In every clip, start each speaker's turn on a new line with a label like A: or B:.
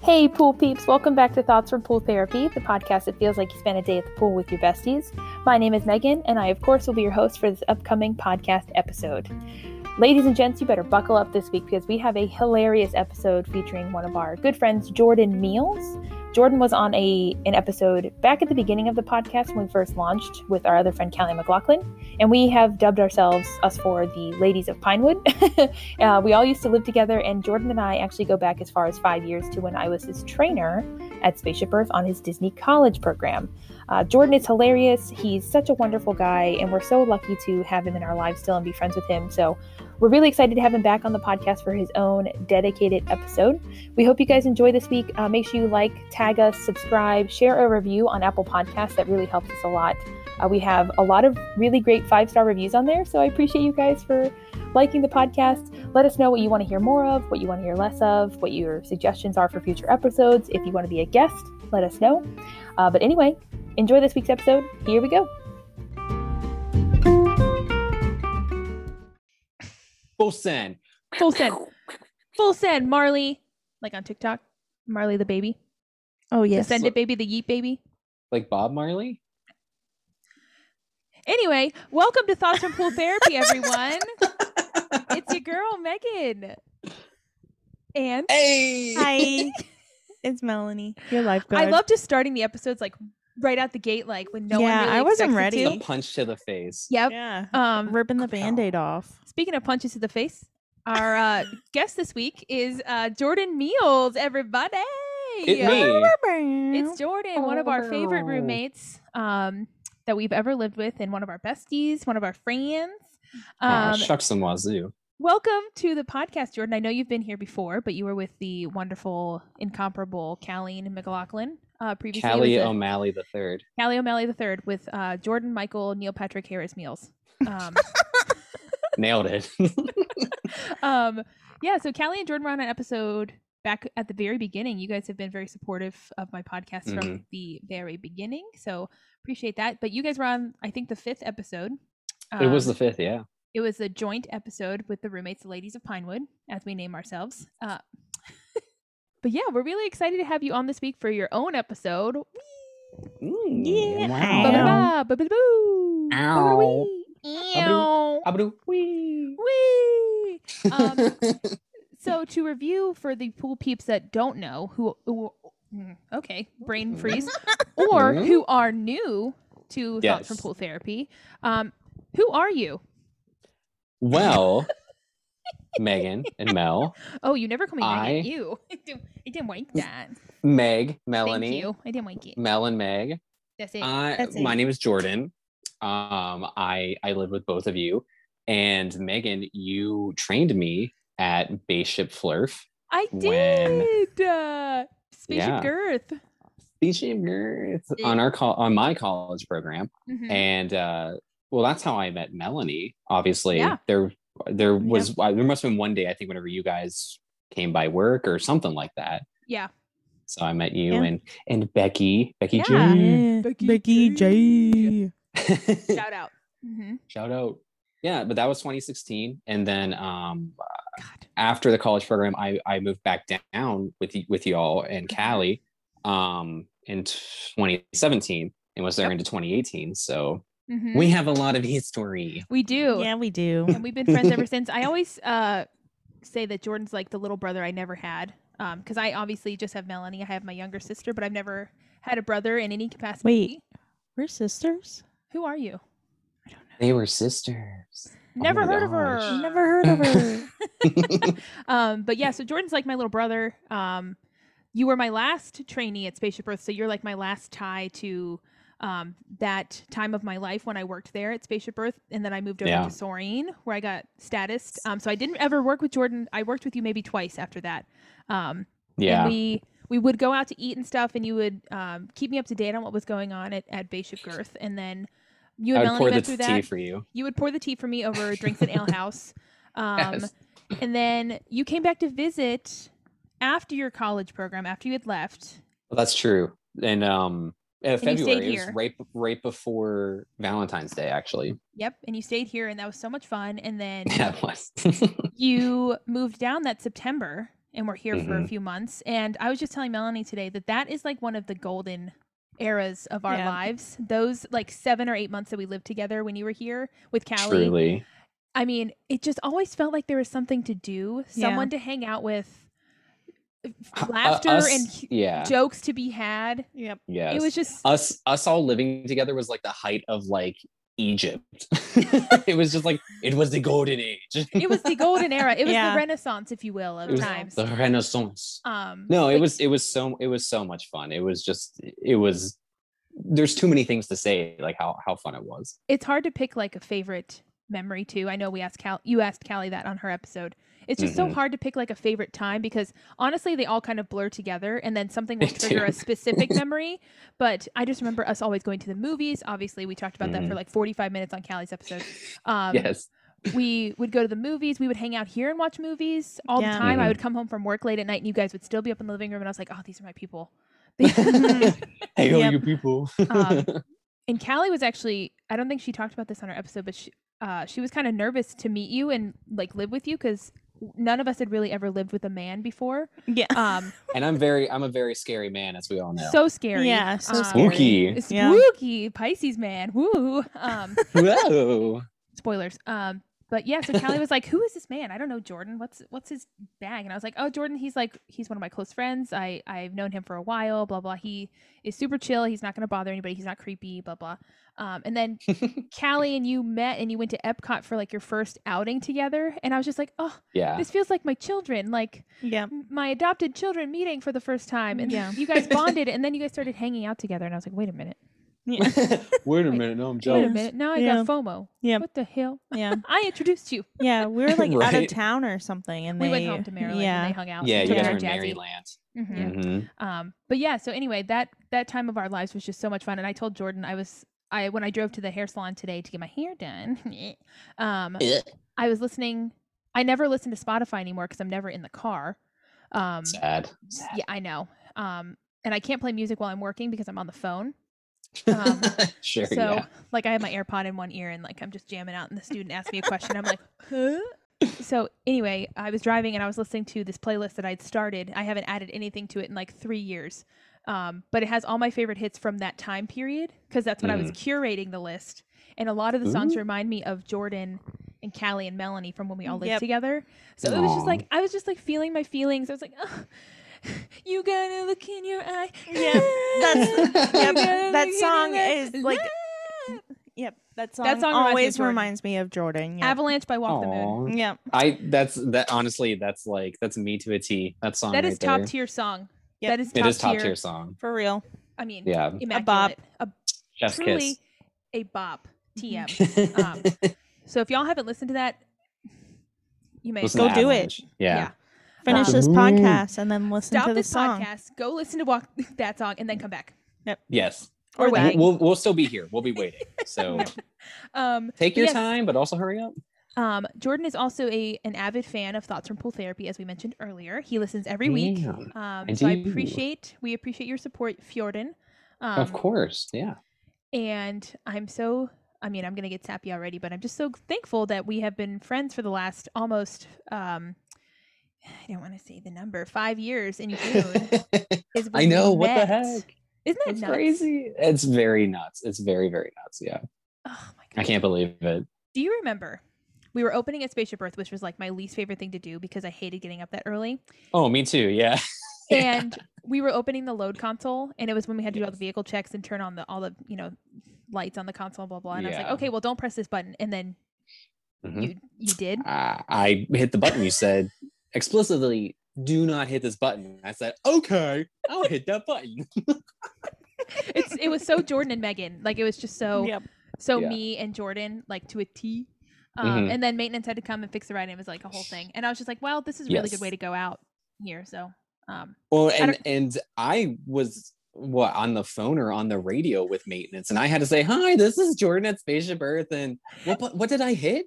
A: Hey, pool peeps, welcome back to Thoughts from Pool Therapy, the podcast that feels like you spent a day at the pool with your besties. My name is Megan, and I, of course, will be your host for this upcoming podcast episode. Ladies and gents, you better buckle up this week because we have a hilarious episode featuring one of our good friends, Jordan Meals. Jordan was on a an episode back at the beginning of the podcast when we first launched with our other friend Callie McLaughlin, and we have dubbed ourselves us for the Ladies of Pinewood. uh, we all used to live together, and Jordan and I actually go back as far as five years to when I was his trainer at Spaceship Earth on his Disney College program. Uh, Jordan is hilarious. He's such a wonderful guy, and we're so lucky to have him in our lives still and be friends with him. So we're really excited to have him back on the podcast for his own dedicated episode. We hope you guys enjoy this week. Uh, make sure you like, tag us, subscribe, share a review on Apple Podcasts. That really helps us a lot. Uh, we have a lot of really great five star reviews on there, so I appreciate you guys for liking the podcast. Let us know what you want to hear more of, what you want to hear less of, what your suggestions are for future episodes. If you want to be a guest, let us know. Uh, but anyway, enjoy this week's episode. Here we go.
B: Full send.
A: Full send. Full send, Marley, like on TikTok, Marley the baby.
C: Oh
A: The
C: yes.
A: send it baby, the yeet baby.
B: Like Bob Marley?
A: Anyway, welcome to Thoughts from Pool Therapy, everyone. it's your girl, Megan. And
B: Hey!
C: Hi. it's Melanie. Your lifeguard.
A: I love just starting the episodes like right out the gate, like when no
C: Yeah,
A: one really
C: I wasn't
A: expects you
C: ready.
B: The
A: to.
B: punch to the face.
A: Yep.
C: Yeah.
A: Um,
C: Ripping the band-aid off.
A: Speaking of punches to the face, our uh, guest this week is uh, Jordan Meals, everybody.
B: It me.
A: It's Jordan, one of our favorite
B: Oh.
A: roommates um, that we've ever lived with, and one of our besties, one of our friends.
B: Aw,
A: Um,
B: shucks and wazoo.
A: welcome to the podcast, Jordan. I know you've been here before, but you were with the wonderful, incomparable Callie McLaughlin uh, previously.
B: Callie
A: with the-
B: O'Malley the third.
A: Callie O'Malley the third with uh, Jordan Michael Neil Patrick Harris Meals. Um,
B: Nailed it.
A: um, yeah, so Callie and Jordan were on an episode back at the very beginning. You guys have been very supportive of my podcast
B: Mm-hmm.
A: from the very beginning, so appreciate that. But you guys were on, I think, the fifth episode.
B: it was
A: Um,
B: the fifth, yeah.
A: it was a joint episode with the roommates, the ladies of Pinewood, as we name ourselves. Uh, but yeah, we're really excited to have you on this week for your own episode.
B: Mm,
C: Yeah.
B: Wow.
C: Ow.
A: Ba-ba-ba, ba-ba-boo,
B: Ow.
A: ba-ba-wee,
B: Ba-ba-doo.
A: eow,
B: Abadoo. Whee.
A: wee. Um, so to review for the pool peeps that don't know who, who mm, okay brain
B: Mm.
A: freeze or
B: Mhm.
A: who are new to thoughts from
B: Yes.
A: pool therapy um who are you
B: well, Megan and Mel,
A: oh you never call me Megan.
B: I-
A: you i didn't, I didn't like that
B: Meg,
A: thank
B: Melanie, Mm, uh,
A: you i didn't like it
B: Mel and Meg.
A: that's it
B: I,
C: That's
B: my
C: it.
B: name is Jordan. Um, I I live with both of you, and Megan, you trained me at Bayship Flurf.
A: i
B: when-
A: did uh, spaceship
B: Yeah.
A: girth
B: Bayship Girth on our call on my college program,
C: Mm.
A: Mhm.
B: and uh, well, that's how I met Melanie. Obviously,
A: Yeah.
B: there there
C: Yeah.
B: was uh, there must have been one day I think whenever you guys came by work or something like that.
A: yeah
B: So I met you
C: Yeah.
B: and and Becky Becky
A: Yeah.
C: Yeah.
A: Becky
C: Becky
A: J.
C: J.
B: J.
A: shout out hmm
B: Shout out. Yeah, but that was 2016, and then um,
A: god
B: after the college program, I, I moved back down with y- with y'all and
A: Mm-hmm.
B: Callie um, in 2017 and was there
A: Yep.
B: into 2018. So
A: Mhm.
B: we have a lot of history.
A: we do
C: Yeah, we do.
A: and we've been friends ever since. I always uh, say that Jordan's like the little brother I never had, because I obviously just have Melanie. I have my younger sister, but I've never had a brother in any capacity.
C: Wait. We're sisters.
A: who are you?
B: They were sisters. Oh
A: Never
B: my
A: heard of
B: gosh.
A: her.
C: Never heard of her.
A: Um, but yeah, so Jordan's like my little brother. Um, you were my last trainee at Spaceship Earth, so you're like my last tie to um, that time of my life when I worked there at Spaceship Earth, and then I moved over
B: Yeah.
A: to Soaring where I got statused. Um, so I didn't ever work with Jordan. I worked with you maybe twice after that. Um,
B: Yeah.
A: And we we would go out to eat and stuff, and you would um, keep me up to date on what was going on at, at Bishop Girth, and then you
B: I
A: and
B: would
A: Melanie
B: pour the
A: went through
B: tea
A: that.
B: for you.
A: You would pour the tea for me over drinks at Ale House, um,
B: Yes.
A: and then you came back to visit after your college program, after you had left.
B: Well, that's true. And um, uh,
A: stayed
B: February it
A: here.
B: was right right before Valentine's Day, actually.
A: Yep, and you stayed here, and that was so much fun. And then
B: Yeah, it was.
A: you moved down that September, and we're here for a
B: Mhm.
A: few months. And I was just telling Melanie today that that is like one of the golden eras of our
C: Yeah.
A: lives. Those like seven or eight months that we lived together when you were here with Callie.
B: Truly.
A: I mean, it just always felt like there was something to do,
C: Yeah.
A: someone to hang out with,
B: Uh,
A: laughter
B: us-
A: and hu-
B: yeah.
A: jokes to be had.
C: Yep.
B: yes. Uh,
A: It was just
B: us us all living together was like the height of like Egypt. it was just like it was the golden age.
A: it was the golden era. It was
C: Yeah.
A: the renaissance, if you will,
B: It
A: of
B: was
A: times.
B: the Renaissance.
A: Um
B: No, it
A: like-
B: was it was so it was so much fun. It was just it was there's too many things to say like how how fun it was.
A: it's hard to pick like a favorite memory too. I know we asked Cal you asked Callie that on her episode. It's just so
B: Mhm.
A: hard to pick like a favorite time because honestly they all kind of blur together and then something will
B: They
A: trigger
B: do.
A: a specific memory. But I just remember us always going to the movies. Obviously we talked about that for like forty five minutes on Callie's episode. Um
B: Mm-hmm. yes.
A: we would go to the movies, we would hang out here and watch movies all
C: Yeah.
A: the time. I
B: Mhm.
A: would come home from work late at night and you guys would still be up in the living room and I was like, Oh, these are my people.
B: hey, all
C: Yep.
B: you people.
A: Um, and Callie was actually I don't think she talked about this on her episode, but she uh, she was kind of nervous to meet you and like live with you because none of us had really ever lived with a man before.
C: Yeah.
A: Um,
B: and I'm very I'm a very scary man as we all know.
A: so scary.
C: Yeah. So
A: Um,
B: Spooky.
C: Yeah.
A: Spooky Pisces man. Woo. Um,
B: Whoa.
A: spoilers. Um, but yeah, so Callie was like, "Who is this man? I don't know Jordan. What's what's his bag?" And I was like, "Oh, Jordan. He's like he's one of my close friends. I I've known him for a while. Blah blah. He is super chill. He's not gonna bother anybody. He's not creepy. Blah blah." Um, and then Callie and you met and you went to Epcot for like your first outing together, and I was just like, "Oh,
B: Yeah.
A: this feels like my children, like
C: Yeah.
A: m- my adopted children meeting for the first time." And
C: Yeah.
A: you guys bonded, and then you guys started hanging out together, and I was like, "Wait a minute.
C: Yeah.
B: Wait a
A: Wait.
B: minute, no, I'm
A: Wait a
B: jealous.
A: minute. Now I
C: Yeah.
A: got FOMO.
C: Yeah.
A: What the hell?
C: Yeah.
A: I introduced you."
C: Yeah. We were like out of
B: Right.
C: town or something, and
A: we
C: they
A: went home to Maryland
C: Yeah.
A: and they hung out.
B: Yeah,
A: and
B: you
A: got
B: guys
A: our
B: are in
A: jazzy.
B: Maryland.
A: Mhm.
B: Mhm.
A: Um, but yeah, so anyway, that that time of our lives was just so much fun, and I told Jordan I was I when I drove to the hair salon today to get my hair done. um,
B: Eh,
A: I was listening. I never listen to Spotify anymore because I'm never in the car. Um,
B: Sad. Sad.
A: yeah, I know. Um, and I can't play music while I'm working because I'm on the phone. Um,
B: sure.
A: so
B: yeah.
A: like I have my AirPod in one ear and like I'm just jamming out and the student asked me a question. I'm like, huh? So anyway, I was driving and I was listening to this playlist that I'd started. I haven't added anything to it in like three years. Um, but it has all my favorite hits from that time period because that's when I was curating the list. And a lot of the songs
B: Mm. Ooh.
A: remind me of Jordan and Callie and Melanie from when we all lived
C: Yep.
A: together. So it was just
B: Aw.
A: like I was just like feeling my feelings. I was like, oh, you gotta look in your eye.
C: Yeah, that's-
A: You
C: Yep,
A: gotta
C: that
A: look in
C: song
A: your eye.
C: is, like,
A: Ah.
C: Yep. That song,
A: That song reminds me of
C: always
A: Jordan.
C: reminds me of Jordan. Yep.
A: Avalanche by Walk the Moon.
B: Aw.
C: Yep.
B: I that's that honestly that's like that's me to a T. That song
A: That
B: right
A: is top
B: there.
A: tier song.
C: Yep.
A: That is
B: It
A: top,
B: is top
A: tier.
B: tier song.
C: For real.
A: I mean,
B: Yeah,
A: immaculate. A,
B: chef's
A: truly
B: kiss.
A: a bop. TM. um,
B: Listen
A: so if y'all haven't listened to that, you may
B: to
C: Go do it.
B: Avalanche. Yeah.
C: Finish this
B: Ooh.
C: podcast and then listen
A: Stop
C: to the
A: this
C: song.
A: podcast. Go listen to Walk that song and then come back.
B: Yes.
A: Or
C: Or
A: wait.
C: that.
B: We'll, we'll we'll still be here. We'll be waiting. So
A: Um,
B: take your
A: Yes.
B: time, but also hurry up.
A: um, Jordan is also a an avid fan of Thoughts from Pool Therapy, as we mentioned earlier. He listens every week.
B: Damn.
A: Um,
B: I
A: so I
B: do.
A: appreciate we appreciate your support, Fjorden. Um,
B: of course. Yeah.
A: And I'm so, I mean, I'm going to get sappy already, but I'm just so thankful that we have been friends for the last almost, um, I don't want to say the number, five years in June. is when
B: I
A: we
B: know. What the
A: met.
B: heck?
A: Isn't that
B: That's
A: nuts?
B: crazy. It's very nuts. It's very, very nuts. Yeah.
A: Oh my God.
B: I can't believe it.
A: Do you remember? We were opening at Spaceship Earth, which was like my least favorite thing to do because I hated getting up that early.
B: Oh, me too. Yeah. Yeah.
A: And we were opening the load console, and it was when we had to do all the vehicle checks and turn on the all the you know lights on the console, blah blah. And I was
B: Yeah.
A: like, okay, well, don't press this button, and then
B: Mhm.
A: you you did.
B: uh, I hit the button. You said explicitly, do not hit this button. I said, okay, I'll hit that button.
A: it's it was so Jordan and Megan. Like it was just so
C: Yep.
A: so
B: Yeah.
A: me and Jordan like to a T. Um,
B: Mhm.
A: And then maintenance had to come and fix the ride, and it was like a whole thing. And I was just like, well, this is a really good
B: Yes.
A: way to go out here. So, um,
B: Well, and
A: don't-
B: and I was what on the phone or on the radio with maintenance, and I had to say, hi, this is Jordan at Spaceship Earth, and what bu- what did I hit?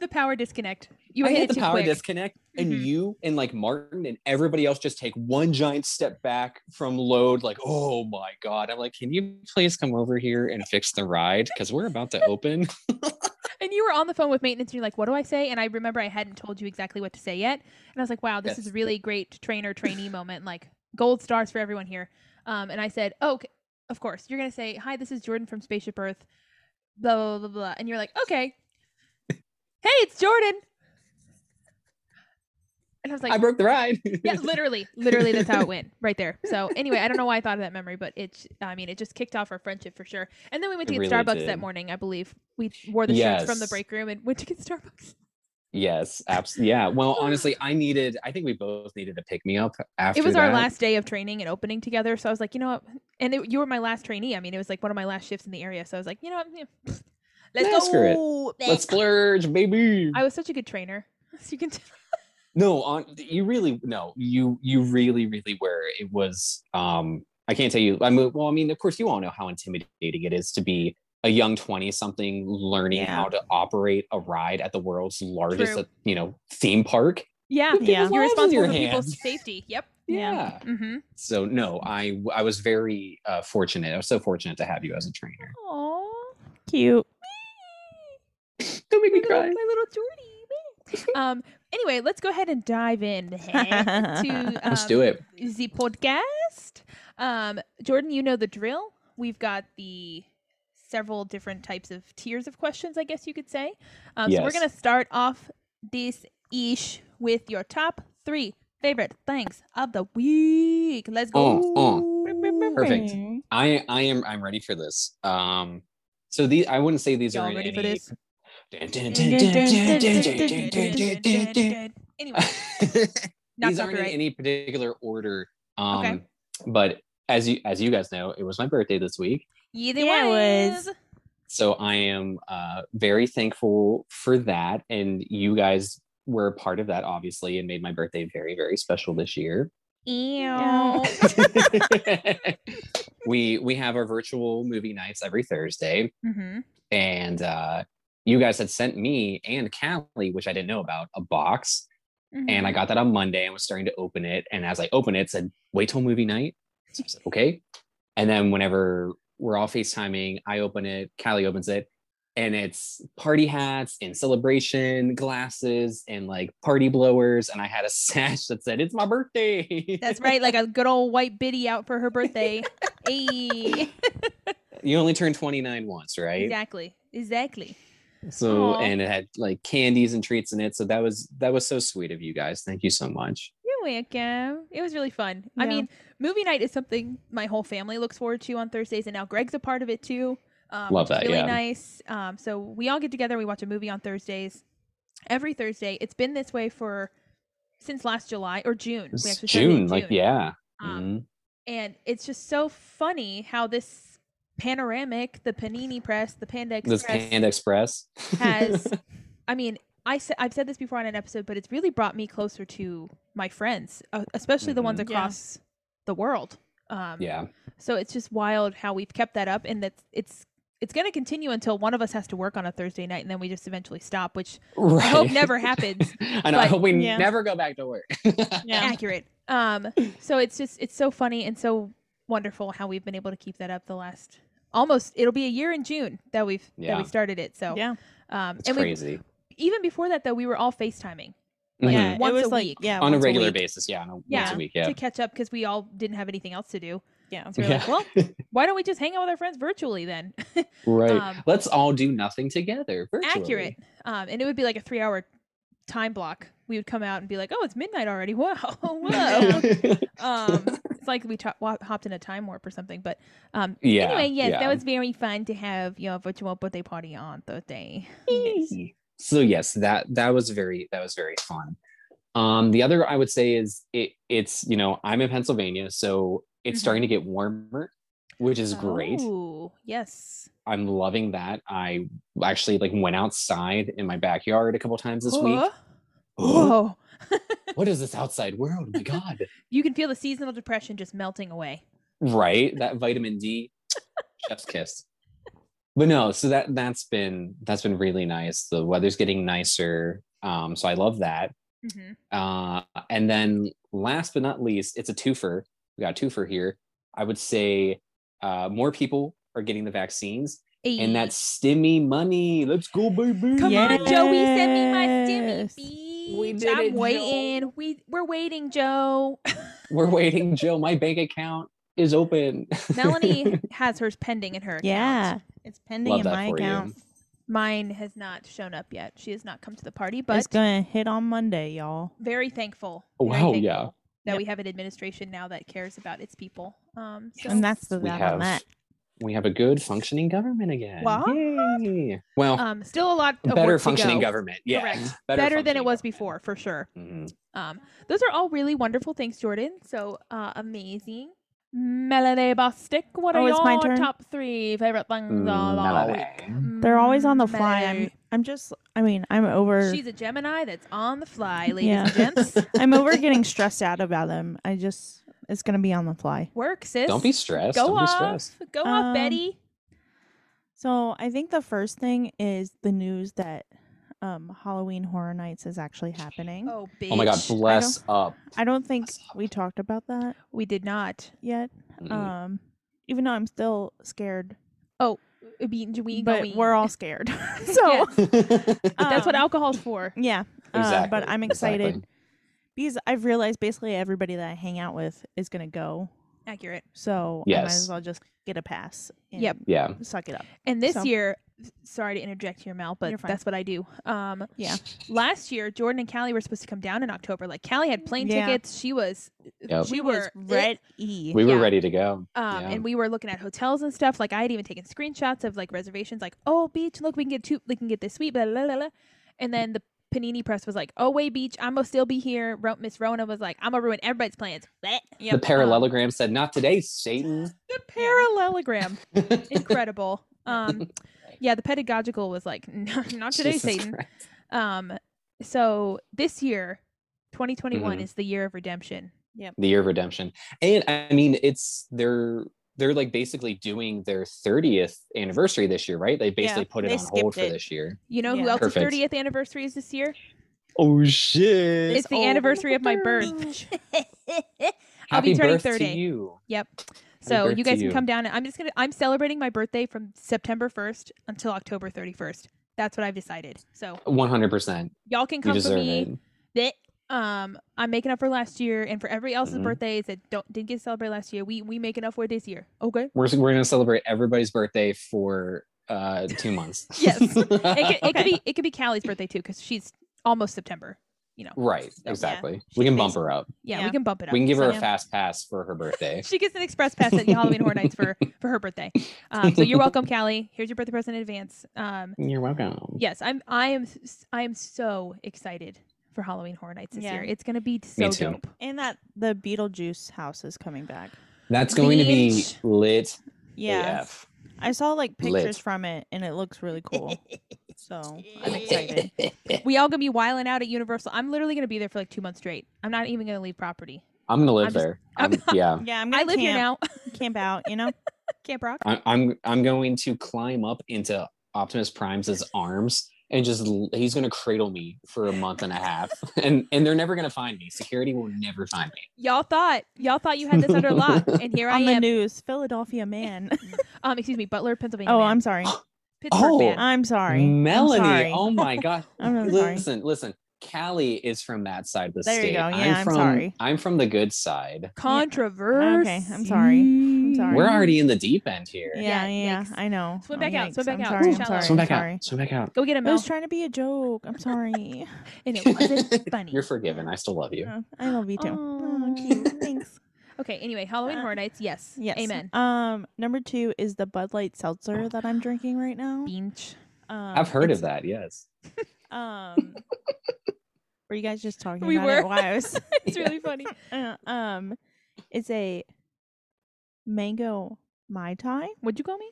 A: the power disconnect. You
B: I
A: hit,
B: hit
A: it
B: the
A: too
B: power
A: quick.
B: disconnect, and
A: Mhm.
B: you and like Martin and everybody else just take one giant step back from load. Like, oh my god! I'm like, can you please come over here and fix the ride because we're about to open.
A: And you were on the phone with maintenance and you're like, what do I say? And I remember I hadn't told you exactly what to say yet. And I was like, wow, this is
B: Yes.
A: really great trainer trainee moment. Like gold stars for everyone here. Um, and I said, oh, okay, of course. You're going to say, hi, this is Jordan from Spaceship Earth, blah, blah, blah, blah. And you're like, okay. hey, it's Jordan. And I was like,
B: I broke the ride.
A: yeah, literally, literally, that's how it went right there. So anyway, I don't know why I thought of that memory, but it's, I mean, it just kicked off our friendship for sure. And then we went to
B: It
A: get
B: really
A: Starbucks that
B: did.
A: morning, I believe. We wore the shirts from the
B: Yes.
A: break room and went to get Starbucks.
B: yes, absolutely. Yeah. Well, honestly, I needed. I think we both needed a pick me up after.
A: it was our
B: that.
A: last day of training and opening together, so I was like, you know what? And it, you were my last trainee. I mean, it was like one of my last shifts in the area, so I was like, you know what? Yeah, pfft, Let's
B: Nah, screw it.
A: go.
B: Let's splurge, baby.
A: I was such a good trainer. So you can tell.
B: no, on you really no, you you really really were. It was. Um, I can't tell you. I mean, well, I mean, of course, you all know how intimidating it is to be a young twenty-something learning
C: Yeah.
B: how to operate a ride at the world's largest,
A: True.
B: you know, theme park.
A: Yeah,
C: With Yeah.
B: people's
A: you're
B: lives in
A: responsible
B: your
A: for
B: hands.
A: people's safety. Yep.
C: Yeah.
B: yeah.
A: Mm-hmm.
B: so no i i was very uh, fortunate i was so fortunate to have you as a trainer
A: Aww.
C: Cute.
B: don't make me
A: my
B: cry
A: little, my little Jordy. um. Anyway, let's go ahead and dive in to um,
B: let's do it
A: the podcast. Um, Jordan, you know the drill. We've got the several different types of tiers of questions, I guess you could say. Um, So we're
B: Yes.
A: gonna start off this ish with your top three favorite things of the week. Let's go.
B: Oh, oh. Perfect. i i am i'm ready for this um so these i wouldn't say these
A: Y'all
B: are in
A: ready
B: any...
A: for this?
B: these
A: Anyway, not
B: aren't in
A: copyright.
B: any particular order um
A: Okay.
B: but as you as you guys know it was my birthday this week
A: Either
C: Yeah, it
A: ways.
C: was.
B: so i am uh very thankful for that and you guys were a part of that obviously and made my birthday very very special this year
A: Ew.
B: we we have our virtual movie nights every Thursday,
A: Mm-hmm.
B: and uh, you guys had sent me and Callie, which I didn't know about, a box, and
A: Mm-hmm.
B: I got that on Monday and was starting to open it, and as I opened it, it said, "Wait till movie night." So I said, "Okay," and then whenever we're all FaceTiming, I open it, Callie opens it. And it's party hats and celebration glasses and like party blowers. And I had a sash that said, It's my birthday.
A: That's right, like a good old white biddy out for her birthday. hey.
B: you only turn 29 once right
A: Exactly. Exactly.
B: so
A: Aw.
B: and it had like candies and treats in it so that was that was so sweet of you guys thank you so much
A: You're welcome. It was really fun. I
C: Yeah.
A: mean, movie night is something my whole family looks forward to on Thursdays, and now Greg's a part of it too. Um,
B: Love
A: which is
B: that,
A: Really
B: yeah.
A: nice. Um, so we all get together. We watch a movie on Thursdays. Every Thursday. It's been this way for since last July or June. We
B: It's
A: actually started in
B: june like yeah
A: Um,
B: Mhm.
A: and it's just so funny how this panoramic, the Panini Press, the Panda Express,
B: Mm-hmm. this panda express
A: has i mean i said i've said this before on an episode but it's really brought me closer to my friends uh, especially the ones
B: Mhm.
C: Yeah.
A: across the world um
B: yeah
A: so it's just wild how we've kept that up and that's it's it's going to continue until one of us has to work on a thursday night and then we just eventually stop which
B: right.
A: i hope never happens
B: i know i
A: but-
B: hope we
C: Yeah.
B: never go back to work
C: Yeah.
A: accurate um so it's just it's so funny and so wonderful how we've been able to keep that up the last almost it'll be a year in june that we've that
B: Yeah.
A: we started it so
C: Yeah.
B: Mm-hmm.
A: um
B: it's
A: and we
B: crazy
A: even before that though we were all facetiming
B: Mhm.
C: Yeah.
A: Once
C: it was
A: a
C: like
A: week.
C: yeah.
B: on a
C: once
B: regular
C: week.
B: basis yeah on a, once
A: Yeah.
B: a week yeah
A: to catch up because we all didn't have anything else to do.
C: Yeah.
A: So we're like, well, why don't we just hang out with our friends virtually then?
B: right
A: um,
B: let's all do nothing together virtually.
A: Accurate. Um, and it would be like a three hour time block. We would come out and be like, oh, it's midnight already. Whoa, whoa. um, it's like we to- wa- hopped in a time warp or something. But um,
B: yeah
A: anyway, yes,
B: yeah.
A: that was very fun to have you know, a virtual birthday party on Thursday.
B: so yes that that was very that was very fun um the other i would say is it it's you know i'm in pennsylvania so it's
A: Mhm.
B: starting to get warmer which is great
A: Ooh, yes.
B: i'm loving that i actually like went outside in my backyard a couple times this week
A: Whoa. Whoa.
B: what is this outside world oh my god
A: You can feel the seasonal depression just melting away.
B: right that vitamin d chef's kiss but no so that that's been that's been really nice the weather's getting nicer um so i love that
A: Mm-hmm.
B: Uh, and then last but not least, it's a twofer. We got a twofer here. I would say uh, more people are getting the vaccines, and that stimmy money. Let's go, baby.
A: Come on, Joey, send me my
C: Yes.
A: stimmy.
B: We
A: bitch.
B: did
A: I'm
B: it, Joe.
A: waiting. We we're waiting, Joe.
B: We're waiting, Joe. My bank account is open.
A: Melanie has hers pending in her account.
C: Yeah, it's pending
B: Love
C: in
B: that
C: my
B: for you.
C: account.
A: Mine has not shown up yet. She has not come to the party,
C: it's
A: but
C: gonna hit on Monday, y'all.
A: very thankful.
B: Oh,
A: very
B: wow,
A: thankful
B: yeah.
A: That
C: Yep.
A: we have an administration now that cares about its people. Um, so
C: And that's the
B: We
C: that
B: have-
C: on that.
B: we have a good functioning government again.
A: What?
B: Yay. Well,
A: um, still a lot of
B: Oh. better
A: work to
B: functioning
A: go.
B: government. Yeah.
A: Correct. Better than it
B: functioning
A: was
B: government.
A: before, for sure.
B: Mhm.
A: Um, those are all really wonderful things, Jordan. So uh, amazing. Melody Bostick, what
C: Oh,
A: are
C: it's my
A: your
C: turn?
A: top three favorite things all all
B: Melody.
A: week?
C: They're always on the fly. I'm,
A: Melody.
C: I'm just. I mean, I'm over.
A: She's a Gemini that's on the fly, ladies
C: Yeah.
A: and gents.
C: I'm over getting stressed out about them. I just. It's gonna be on the fly.
A: Work, sis.
B: Don't be stressed.
A: Go
B: Don't
A: off.
B: be stressed.
A: Go
C: Um,
A: off, Betty.
C: So I think the first thing is the news that um, Halloween Horror Nights is actually happening.
A: Oh, bitch.
B: Oh my God. Bless up.
C: I don't think
B: What's up?
C: we talked about that
A: We did not.
C: yet.
B: Mm.
A: Uh,
C: Um, even though I'm still scared,
A: I mean, we,
C: but
A: we-
C: we're all scared. so
A: Yeah. That's what
C: um,
A: alcohol's for.
C: Yeah, uh,
B: Mm. Exactly,
C: but I'm excited
B: exactly.
C: because I've realized basically everybody that I hang out with is gonna go,
A: Accurate.
C: so I might
B: Yes.
C: as well just get a pass. And
A: Yep.
B: yeah.
C: suck it up.
A: And this
C: So-
A: year, sorry to interject here, Mel, but
C: You're fine.
A: that's what I do. Um,
C: Yeah.
A: Last year, Jordan and Callie were supposed to come down in October. Like Callie had plane
C: Yeah.
A: tickets. She was,
B: Yep.
A: she
C: We
A: were
C: was
A: red.
C: red E.
B: We were
A: yeah.
B: ready to go.
A: Um,
B: Yeah.
A: and we were looking at hotels and stuff. Like I had even taken screenshots of like reservations. Like, oh, beach, look, we can get two, we can get this suite, blah blah blah. blah. And then the Panini Press was like, oh, way beach, I'm gonna still be here. Ro- Miss Rona was like, I'm gonna ruin everybody's plans. Bleh.
B: The parallelogram said, "Not today, Satan."
A: The parallelogram, incredible. Um, yeah, the pedagogical was like, not today,
B: Jesus
A: Satan.
B: Christ.
A: Um, so this year, 2021
B: Mhm.
A: is the year of redemption.
B: The year of redemption, and I mean, it's they're they're like basically doing their 30th anniversary this year, right? They basically put it
C: they
B: on hold
C: skipped
B: for
C: it.
B: this year.
A: You know who
C: Yeah.
A: else's
B: Perfect.
A: 30th anniversary is this year?
B: Oh shit!
A: It's, the anniversary of my birth. I'll be
B: Happy
A: turning
B: birth to
A: 30.
B: you.
A: Yep. So
B: birth
A: you guys
B: to
A: can
B: you.
A: come down. and I'm just gonna. I'm celebrating my birthday from September 1st until October 31st. That's what I've decided. So
B: One hundred percent.
A: y'all can
B: You
A: come for
B: deserve
A: me.
B: it.
A: that um I'm making up for last year and for every else's
B: Mhm.
A: birthdays that don't didn't get celebrated last year. We we making up for it this year. Okay.
B: We're we're gonna celebrate everybody's birthday for uh two months.
A: Yes. It could, it could be it could be Callie's birthday too because she's almost September. You know.
B: right.
A: yeah.
B: Exactly. we can bump her up.
A: Yeah, we
C: Yeah.
A: can bump it up.
B: We can give her
A: So
B: a fast pass for her birthday.
A: She gets an express pass at Halloween Horror Nights for for her birthday. Um, so you're welcome, Callie. Here's your birthday present in advance. Um,
B: You're welcome.
A: yes, I'm I am s- I am so excited for Halloween Horror Nights this
C: Yeah.
A: year. It's gonna be so
B: too.
A: dope.
C: and that the Beetlejuice house is coming back.
B: That's going to be
A: Beach.
B: lit.
C: Yeah,
B: AF.
C: I saw like
B: Lit.
C: pictures from it, and it looks really cool. so I'm excited.
A: We all gonna be wiling out at Universal. I'm literally gonna be there for like two months straight. I'm not even gonna leave property.
B: I'm gonna live
A: I'm just-
B: there.
A: I'm-
B: I'm- yeah.
C: Yeah, I'm
A: I
C: gonna
A: live
C: camp,
A: here now.
C: camp out. You know,
A: Camp Rock.
B: I- I'm I'm going to climb up into Optimus Prime's arms and just l- he's gonna cradle me for a month and a half, and and they're never gonna find me. Security will never find me.
A: Y'all thought y'all thought you had this under lock, and here I
C: on the
A: am.
C: news, Philadelphania man.
A: um, excuse me, Butler, Pennsylvania.
C: oh,
A: man.
C: I'm sorry.
A: Pittsburgh
B: Oh,
A: man.
C: I'm sorry, I'm
B: Melanie,
C: sorry.
B: oh my god!
C: I'm really sorry.
B: listen, listen. Callie is from that side of the
C: There you
B: state.
C: go. Yeah, I'm
B: from,
C: sorry.
B: I'm from the good side.
A: Controversy.
C: Okay, I'm sorry. I'm sorry.
B: We're already in the deep end here.
C: Yeah, yeah,
A: yikes.
C: I know.
A: Swim back out, swim
C: yikes.
A: back
C: I'm
A: out, shallow.
C: Sorry, I'm sorry.
B: Swim
C: I'm
B: back
C: sorry.
B: out. Swim back out.
A: Go get him,
C: I
A: Mel.
C: was trying to be a joke. I'm sorry.
A: and it wasn't funny.
B: You're forgiven. I still love you.
C: Oh, I love you too. Oh,
A: Aw.
C: cute. Thanks. Uh,
A: okay. Anyway, Halloween Horror Nights. Yes.
C: Yes.
A: Amen.
C: Um, number two is the Bud Light seltzer that I'm drinking right now.
A: Beach.
C: Um,
B: I've heard
C: it's-
B: of that. Yes.
C: Um, were you guys just talking
A: We
C: about
A: were.
C: it? Why I was
A: It's really funny.
C: uh, um, it's a mango mai tai.
A: Would you call me?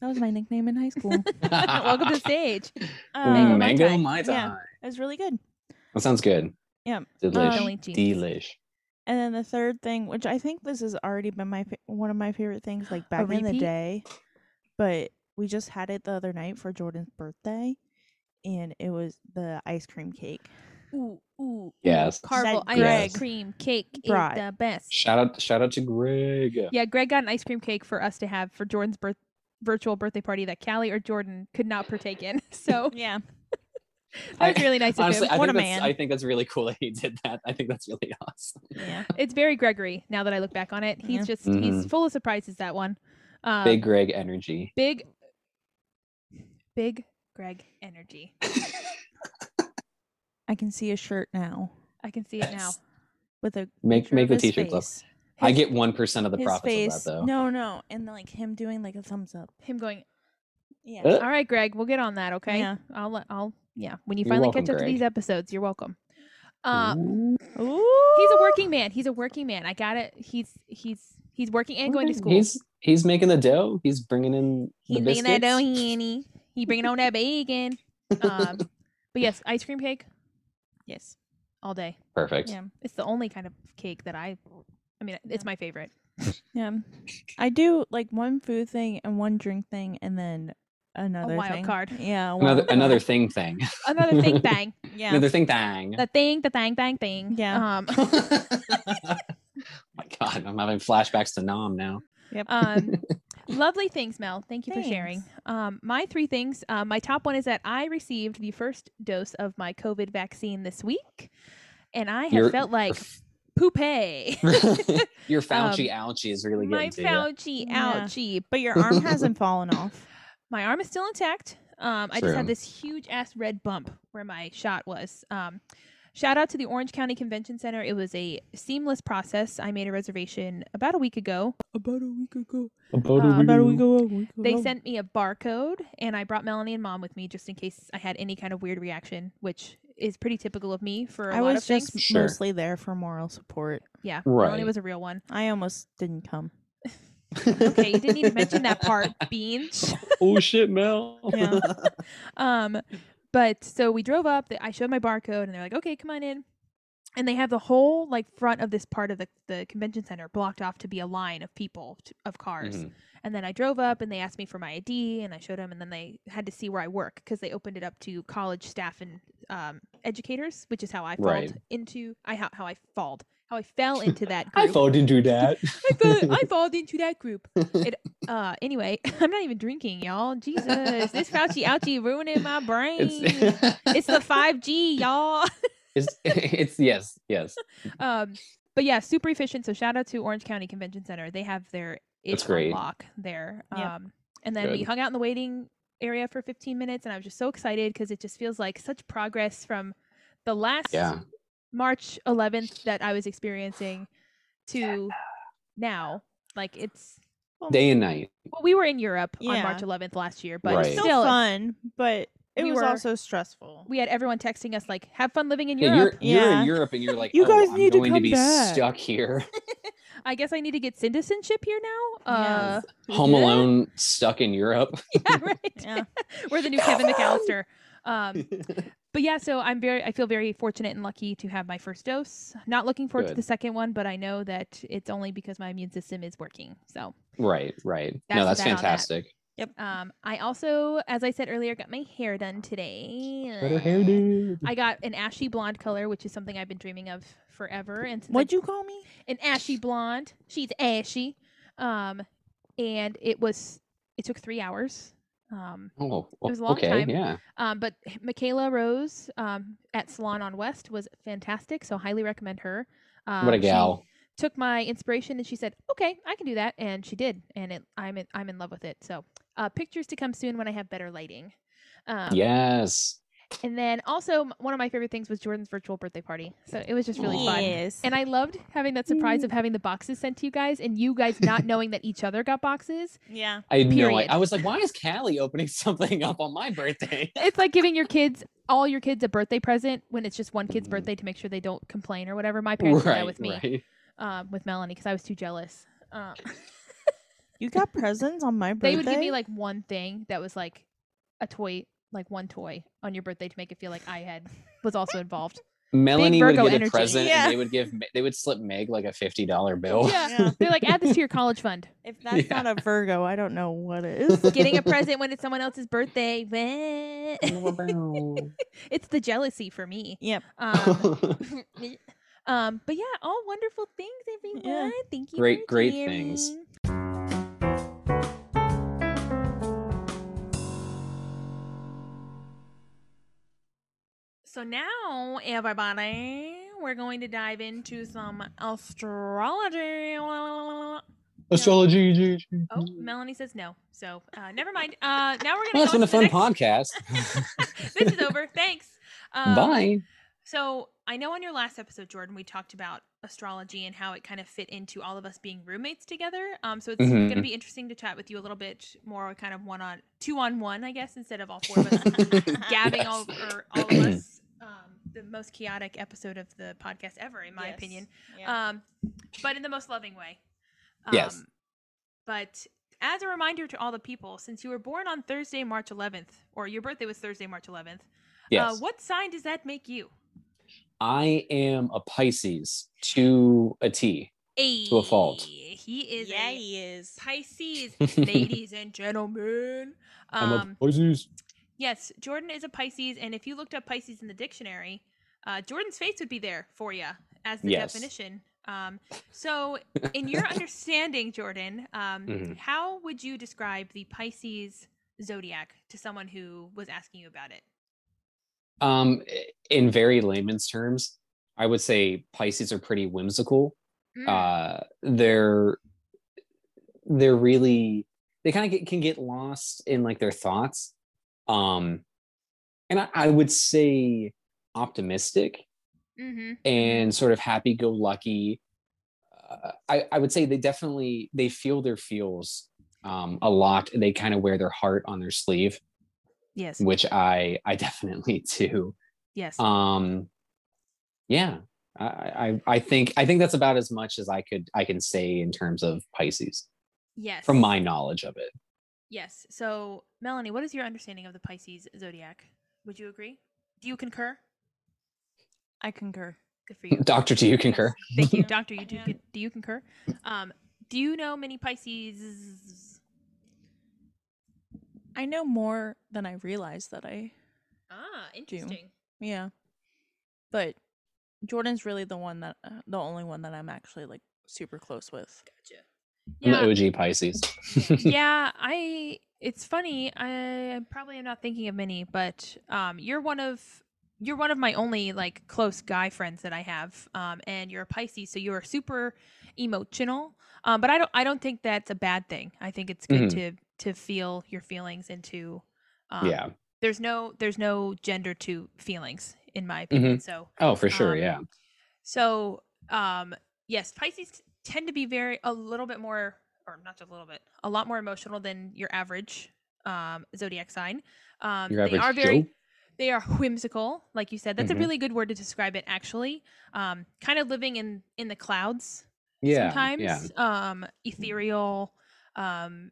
C: That was my nickname in high school.
A: Welcome to the stage.
C: Um,
A: Mai
B: mango
A: Tai.
B: mai tai.
C: Yeah. it was really good.
B: That sounds good.
C: Yeah.
B: Delish.
A: Really genius.
B: Delish.
C: And then the third thing, which I think this has already been my fa- one of my favorite things, like back in the
A: repeat?
C: day, but we just had it the other night for Jordan's birthday, and it was the ice cream cake.
A: Ooh, ooh.
B: Yes.
A: Carvel
C: That
A: ice
B: Greg
A: cream cake
C: brought.
A: is the best.
B: Shout out! Shout out to Greg.
A: Yeah, Greg got an ice cream cake for us to have for Jordan's birth virtual birthday party that Callie or Jordan could not partake in. So
C: Yeah.
B: I-
A: that was really nice of
B: Honestly,
A: him.
B: I
C: What a
B: think, that's,
C: man.
B: I think that's really cool that he did that. I think that's really awesome.
C: Yeah.
A: It's very Gregory now that I look back on it. He's
C: Yeah.
A: just he's
B: Mhm.
A: full of surprises that one. Um,
B: Big Greg energy.
A: big big Greg energy.
C: I can see a shirt now
A: I can see it now.
B: Yes.
C: with a
B: Make
C: picture
B: make
C: of
B: the
C: his
B: t-shirts up.
C: face.
B: I
C: His-
B: get one percent of the
C: his
B: profits of
C: face.
B: that though.
C: No, no, and like him doing like a thumbs up.
A: Him going,
C: Yeah.
B: Uh,
A: "All right, Greg, we'll get on that, okay?
C: Yeah.
A: I'll let I'll yeah, when you
B: You're
A: finally
B: welcome,
A: catch up to
B: Greg.
A: these episodes, you're welcome." Um
B: Ooh.
A: he's a working man. He's a working man. I got it. He's he's he's working and going to
B: Okay.
A: school.
B: He's he's making the dough. He's bringing in
A: He's
B: the
A: making
B: biscuits.
A: that honey. He bringing on that bacon. Um, but yes, ice cream cake
C: Yes.
A: all day.
B: Perfect.
C: Yeah.
A: It's the only kind of cake that I, I mean, it's my favorite.
C: Yeah. I do like one food thing and one drink thing and then another
A: wild
C: thing.
A: card.
C: Yeah. a
B: Another
C: wild
B: another
C: card.
B: thing thing.
A: Another thing, bang,
C: Yeah.
B: Another thing thing.
A: the thing, the thing, thing, thing.
C: Yeah.
A: Um,
B: Oh my God, I'm having flashbacks to Nom now.
C: yep.
A: um lovely things mel thank you for sharing
C: Thanks.
A: um my three things uh, my top one is that i received the first dose of my covid vaccine this week and i have
B: You're-
A: felt like poopay
B: Your Fauci ouchie is really
A: my
B: getting to you.
A: fauci
C: Yeah.
A: ouchie
C: but your arm hasn't fallen off.
A: my arm is still intact um i just
B: True.
A: have this huge ass red bump where my shot was um Shout out to the Orange County Convention Center. It was a seamless process. I made a reservation about a week ago.
C: About a week ago.
B: About
A: Um,
C: About a week ago. a week
A: They
C: ago.
A: sent me a barcode, and I brought Melanie and Mom with me just in case I had any kind of weird reaction, which is pretty typical of me for a
C: I
A: lot of
C: was
A: things.
C: just
B: Sure.
C: mostly there for moral support.
A: yeah, Melanie
B: Right.
A: was a real one.
C: I almost didn't come.
A: Okay, you didn't even mention that part, Beans.
B: oh shit, Mel.
C: Yeah.
A: Um, but so we drove up. I showed my barcode, and they're like, "Okay, come on in." And they have the whole like front of this part of the, the convention center blocked off to be a line of people t- of cars.
B: Mhm.
A: And then I drove up and they asked me for my ID and I showed them. And then they had to see where I work because they opened it up to college staff and um, educators, which is how I falled
B: Right.
A: into I how, how I falled how I fell into that
B: I
A: group.
B: thought into that.
A: I fell, I falled into that group. It uh anyway, I'm not even drinking, y'all. Jesus, this Fauci ouchie ruining my brain. It's,
B: it's,
A: the 5G, y'all.
B: it's it's yes yes.
A: Um, but yeah, super efficient. So shout out to Orange County Convention Center. They have their
B: That's
A: it's
B: great.
A: lock there.
C: Yep.
A: Um, and then we
B: Good.
A: hung out in the waiting area for 15 minutes, and I was just so excited because it just feels like such progress from the last
B: Yeah.
A: March 11th that I was experiencing to now. Like it's
B: Day and night.
A: well, we were in Europe on
C: Yeah.
A: March 11th last year, but
B: Right.
C: It's
A: still,
C: still fun, but it
A: we
C: was
A: were-
C: also stressful.
A: we had everyone texting us like, "Have fun living in
B: Yeah,
A: Europe."
B: you're you're
C: Yeah.
B: in Europe and you're like,
C: You
B: oh,
C: guys
B: I'm
C: need to
B: going to,
C: come
B: be
C: back."
B: stuck here,
A: I guess I need to get citizenship here now. Uh,
B: home alone, stuck in Europe.
A: yeah, right.
C: Yeah.
A: We're the new Kevin McAllister. Um, but yeah, so I'm very, I feel very fortunate and lucky to have my first dose. Not looking forward to
B: Good.
A: the second one, but I know that it's only because my immune system is working. So
B: right, right.
A: That's
B: no, that's
A: that on that.
B: fantastic.
A: um, I also, as I said earlier, got my hair done today.
B: Better hairdo.
A: I got an ashy blonde color, which is something I've been dreaming of forever. And since I-
C: What'd you call me?
A: an ashy blonde, she's ashy. Um, and it was, it took three hours. Um,
B: Oh,
A: It was a long
B: okay,
A: time.
B: yeah.
A: Um, but Michaela Rose um, at Salon on West was fantastic, so highly recommend her. Um,
B: What a
A: she
B: gal.
A: took my inspiration and she said, "Okay, I can do that," and she did, and it, I'm in, I'm in love with it. So, uh, pictures to come soon when I have better lighting. Um,
B: yes.
A: And then also m- one of my favorite things was Jordan's virtual birthday party, so it was just really fun.
C: Yes.
A: And I loved having that surprise of having the boxes sent to you guys, and you guys not knowing that each other got boxes.
C: yeah.
B: I had no
A: period.
B: idea. I was like, why is Callie opening something up on my birthday?
A: it's like giving your kids all your kids a birthday present when it's just one kid's
B: Mhm.
A: birthday to make sure they don't complain or whatever. My parents did that with me,
B: right.
A: um, with Melanie, because I was too jealous. Uh,
C: You got presents on my birthday.
A: they would give me like one thing that was like a toy, like one toy on your birthday to make it feel like I had was also involved.
B: Melanie would
A: Virgo
B: get
A: energy.
B: a present
C: Yeah.
B: and they would give Me- they would slip Meg like a fifty dollar bill.
A: Yeah. They're like, add this to your college fund.
C: If that's
B: Yeah.
C: not a Virgo, I don't know what is.
A: Getting a present when it's someone else's birthday. meh. it's the jealousy for me.
C: Yep.
A: Um, um, but yeah, all wonderful things,
B: Mm,
A: everyone. Thank you.
B: Great-
A: for
B: great things.
A: sharing. So now, everybody, we're going to dive into some astrology. Oh,
B: Astrology.
A: Melanie says no. So uh, never mind. Uh, now we're going to.
B: Mm. Well, that's
A: go
B: been a
A: to
B: fun
A: the next-
B: podcast.
A: this is over. Thanks. Um,
B: Bye.
A: So I know on your last episode, Jordan, we talked about astrology and how it kind of fit into all of us being roommates together. Um, so it's going to
B: Mhm.
A: be interesting to chat with you a little bit more, kind of one on two on one, I guess, instead of all four of us gabbing
B: Yes.
A: over all of us. Um, the most chaotic episode of the podcast ever, in my
C: Yes.
A: opinion.
C: Yeah.
A: Um, but in the most loving way. Um,
B: Yes.
A: But as a reminder to all the people, since you were born on Thursday, March 11th, or your birthday was Thursday, March 11th,
B: Yes.
A: uh, what sign does that make you?
B: I am a Pisces to a T.
A: to
B: a fault.
A: He is
C: yeah,
A: a
C: he is.
A: Pisces, ladies and gentlemen.
B: I'm
A: Um,
B: a Pisces.
A: yes, Jordan is a Pisces, and if you looked up Pisces in the dictionary, uh, Jordan's face would be there for you as the
B: Yes.
A: definition. Um, so, in your understanding, Jordan, um,
B: Mhm.
A: how would you describe the Pisces zodiac to someone who was asking you about it?
B: Um, in very layman's terms, I would say Pisces are pretty whimsical.
A: Mm,
B: uh they're they're really they kind of get, can get lost in like their thoughts um and I, I would say optimistic
A: mhm.
B: and sort of happy-go-lucky uh, I, I would say they definitely they feel their feels um, a lot they kind of wear their heart on their sleeve
A: Yes.
B: which i i definitely do
A: Yes.
B: um yeah I, I i think i think that's about as much as i could i can say in terms of pisces
A: yes.
B: from my knowledge of it
A: Yes. So, Melanie, what is your understanding of the Pisces zodiac? Would you agree? Do you concur?
C: I concur.
A: Good for you.
B: doctor do you concur
A: Thank you,
C: Yeah,
A: Doctor. You
C: I
A: do.
C: am.
A: con- Do you concur? Um, do you know many Pisces?
C: I know more than I realized that I.
A: Ah, interesting.
C: Yeah. But Jordan's really the one that uh, the only one that I'm actually like super close with.
A: Gotcha.
B: i'm
A: Yeah,
B: the og pisces
A: yeah. I. It's funny. I probably am not thinking of many, but um, you're one of you're one of my only like close guy friends that I have. Um, and you're a Pisces, so you are super emotional. Um, but I don't. I don't think that's a bad thing. I think it's good
B: Mhm.
A: to to feel your feelings and to. Um,
B: yeah
A: There's no. There's no gender to feelings, in my opinion. So.
B: oh for sure
A: um,
B: yeah
A: So, um, yes, Pisces t- tend to be very a little bit more, or not just a little bit, a lot more emotional than your average um, zodiac sign. Um,
B: Your
A: they are
B: average
A: very,
B: Joe?
A: they are whimsical, like you said. That's
B: Mhm.
A: a really good word to describe it, actually. Um, kind of living in in the clouds
B: yeah
A: sometimes
B: yeah
A: um ethereal um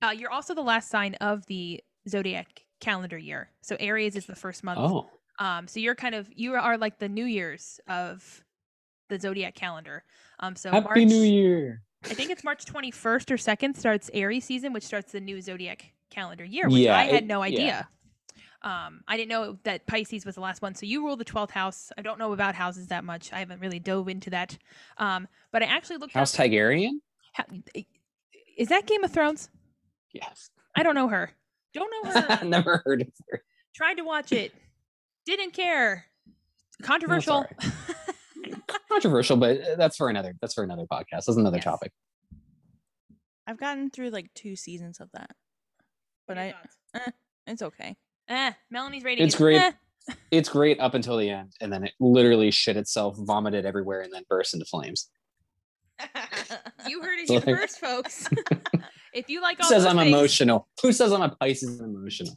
A: uh, you're also the last sign of the zodiac calendar year so aries is the first month
B: oh
A: um, so you're kind of you are like the New Year's of the zodiac calendar. Um, so
B: happy
A: March,
B: new year
A: I think it's March 21st or 2nd starts Aries season, which starts the new zodiac calendar year, which
B: Yeah,
A: I had
B: it-
A: no
B: yeah.
A: idea. Um, I didn't know that Pisces was the last one. So you rule the 12th house. I don't know about houses that much. I haven't really dove into that. Um, but I actually looked
B: house
A: up.
B: tigerian
A: how, is that Game of Thrones?
B: yes
A: I don't know her. Don't know her.
B: never heard of her
A: Tried to watch it. Didn't care. Controversial.
B: controversial but uh, that's for another that's for another podcast that's another
A: Yes.
B: topic
C: I've gotten through like two seasons of that. But
A: Your
C: I
A: thoughts?
C: it's okay.
A: Eh, Melanie's rating.
B: It's
A: is,
B: great.
A: eh.
B: it's great up until the end and then it literally shit itself vomited everywhere and then burst into flames
A: You heard it
B: So
A: here
B: like-
A: first, folks. if you like
B: Who
A: all
B: says
A: those
B: I'm
A: things-
B: emotional? Who says I'm a Pisces and emotional?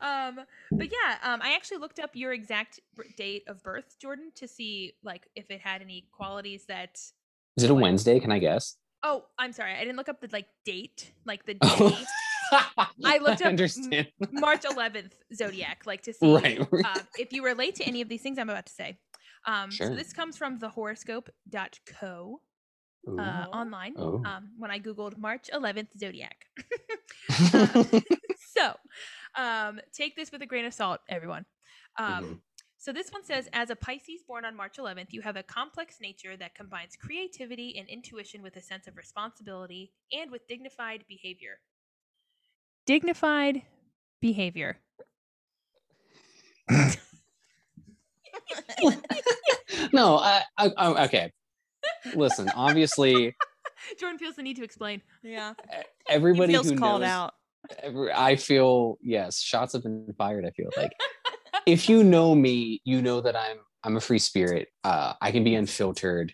A: um, but yeah, um, I actually looked up your exact b- date of birth, Jordan, to see like if it had any qualities that.
B: Is it a Wednesday? Can I guess?
A: Oh, I'm sorry, I didn't look up the like date, like the
B: Oh.
A: day, looked up-
B: understand.
A: March 11th zodiac, like to see
B: Right.
A: um, if you relate to any of these things I'm about to say. Um, So
B: Sure.
A: this comes from thehoroscope.co
B: Ooh.
A: uh, online.
B: Oh.
A: Um, when I googled March 11th zodiac. so um, take this with a grain of salt, everyone. Um,
B: Mhm.
A: So this one says As a Pisces born on March 11th, you have a complex nature that combines creativity and intuition with a sense of responsibility and with dignified behavior. Dignified behavior.
B: no, I, I, I, okay. Listen, obviously,
A: Jordan feels the need to explain.
C: Yeah.
B: everybody
C: he feels
B: who
C: called
B: knows,
C: out.
B: every- I feel yes, shots have been fired. I feel like if you know me, you know that I'm I'm a free spirit. Uh, I can be unfiltered,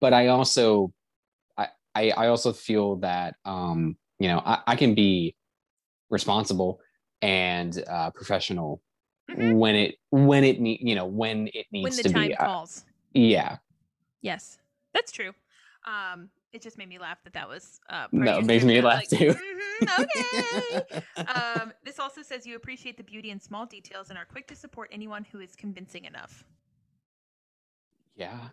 B: but I also I I, I also feel that um, you know I, I can be responsible and uh, professional
A: Mhm.
B: when it when it need you know when it needs
A: When the
B: to
A: time
B: be. Uh,
A: calls.
B: yeah,
A: Yes, that's true. Um, it just made me laugh that that was. Uh,
B: No, it
A: Parker's
B: makes me
A: script. I
B: laugh
A: was
B: too.
A: "Mhm, okay. um, this also says you appreciate the beauty in small details and are quick to support anyone who is convincing enough.
B: yeah.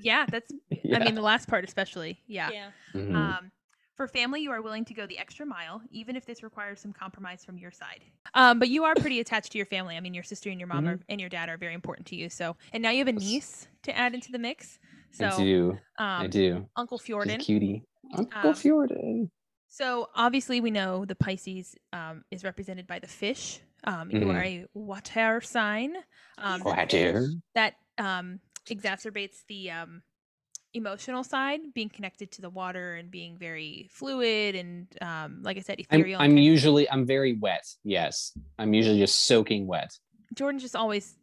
A: Yeah, that's. I mean, the last part especially. Yeah.
B: Mhm.
A: Um, for family, you are willing to go the extra mile, even if this requires some compromise from your side. Um, but you are pretty attached to your family. I mean, your sister and your mom are, and your dad are very important to you. So, and now you have a
B: Yes.
A: niece to add into the mix. So,
B: I do. I
A: um,
B: do.
A: Uncle
B: She's a
A: Fjorden.
B: cutie. Uncle
A: Um,
B: Fjorden.
A: So obviously, we know the Pisces um, is represented by the fish. Um, You are a water sign. Um,
B: Oh, I do.
A: That um, exacerbates the um, emotional side, being connected to the water and being very fluid and, um, like I said,
B: I'm,
A: ethereal. and
B: I'm
A: kind-
B: usually I'm very wet. Yes, I'm usually just soaking wet.
A: Jordan's just always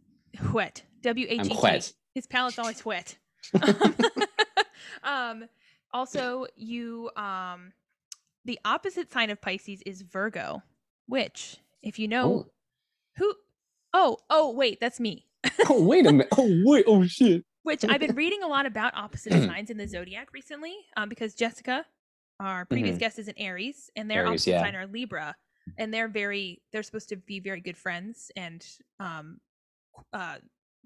A: wet. W H
B: I'm
A: E T.
B: wet.
A: His palate's always wet. um, also, you um, the opposite sign of Pisces is Virgo, which, if you know
B: Oh.
A: who, oh, oh, wait, that's me.
B: oh wait a minute. Oh wait. Oh shit.
A: Which I've been reading a lot about opposite
B: Mm-hmm.
A: signs in the zodiac recently, um, because Jessica, our previous
B: Mhm.
A: guest, is an Aries, and their
B: Aries,
A: opposite
B: yeah.
A: sign are Libra, and they're very they're supposed to be very good friends and um, uh,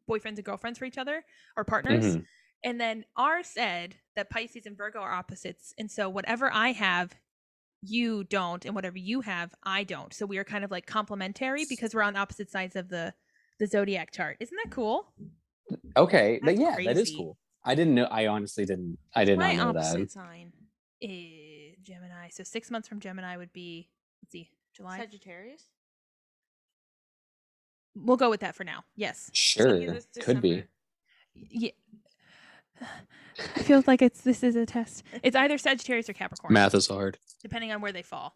A: boyfriends and girlfriends for each other or partners.
B: Mhm.
A: And then R said that Pisces and Virgo are opposites. And so whatever I have, you don't, and whatever you have, I don't. So we are kind of like complementary because we're on opposite sides of the the zodiac chart. Isn't that cool?
B: Okay. that-
C: That's
B: yeah, that is
C: crazy.
B: cool. I didn't know. I honestly didn't. I did
C: My
B: not know that.
C: opposite sign.
A: Eh, Gemini. So six months from Gemini would be let's see, July.
C: Sagittarius.
A: we'll go with that for now. Yes.
B: Sure, could be.
A: Yeah. I feel like it's this is a test. It's either Sagittarius or Capricorn,
B: is hard.
A: depending on where they fall.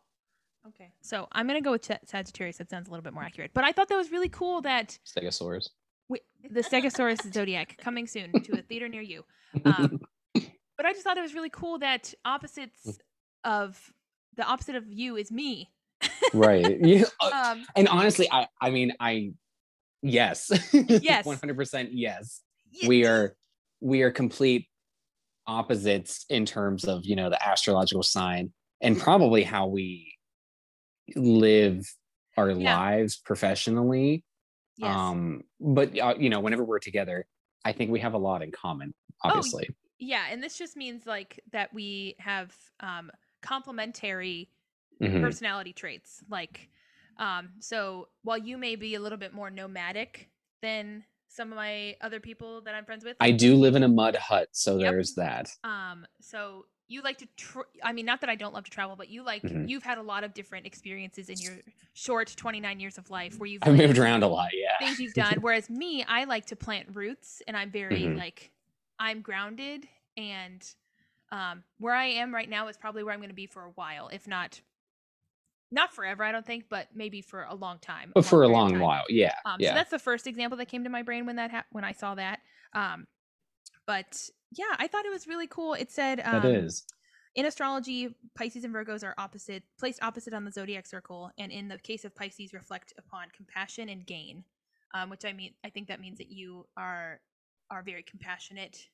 C: Okay.
A: So I'm gonna go with Sa- Sagittarius. That sounds a little bit more accurate. But I thought that was really cool that
B: Stegosaurus.
A: wi- the Stegosaurus Zodiac coming soon to a theater near you. Um, but I just thought it was really cool that opposites of the opposite of you is me.
B: right. Yeah. uh,
A: Um,
B: and honestly, I. I mean, I. Yes.
A: Yes.
B: One hundred percent. Yes.
A: y-
B: we are we are complete opposites in terms of you know the astrological sign and
A: Mm-hmm.
B: probably how we live our
A: Yeah.
B: lives professionally
A: yes.
B: um but uh, you know whenever we're together i think we have a lot in common
A: y-
B: obviously
A: Oh, yeah, and this just means like that we have um, complementary
B: Mhm.
A: personality traits. Like, um, so while you may be a little bit more nomadic than some of my other people that I'm friends with,
B: i do live in a mud hut so
A: Yep.
B: there's that
A: um so you like to tr- i mean not that i don't love to travel but you like
B: Mhm.
A: you've had a lot of different experiences in your short 29 years of life where you've
B: i've moved
A: lived,
B: around a lot yeah
A: things you've done whereas me i like to plant roots and i'm very
B: Mhm.
A: like i'm grounded and um where i am right now is probably where i'm going to be for a while if not not forever i don't think but maybe for a long time
B: but Oh, for a
A: period of
B: long
A: time.
B: while yeah
A: Um, So
B: yeah
A: that's the first example that came to my brain when that ha- when I saw that. Um, but yeah, I thought it was really cool. It said um,
B: that is
A: in astrology, Pisces and Virgos are opposite, placed opposite on the zodiac circle, and in the case of Pisces, reflect upon compassion and gain. Um, which I mean, I think that means that you are are very compassionate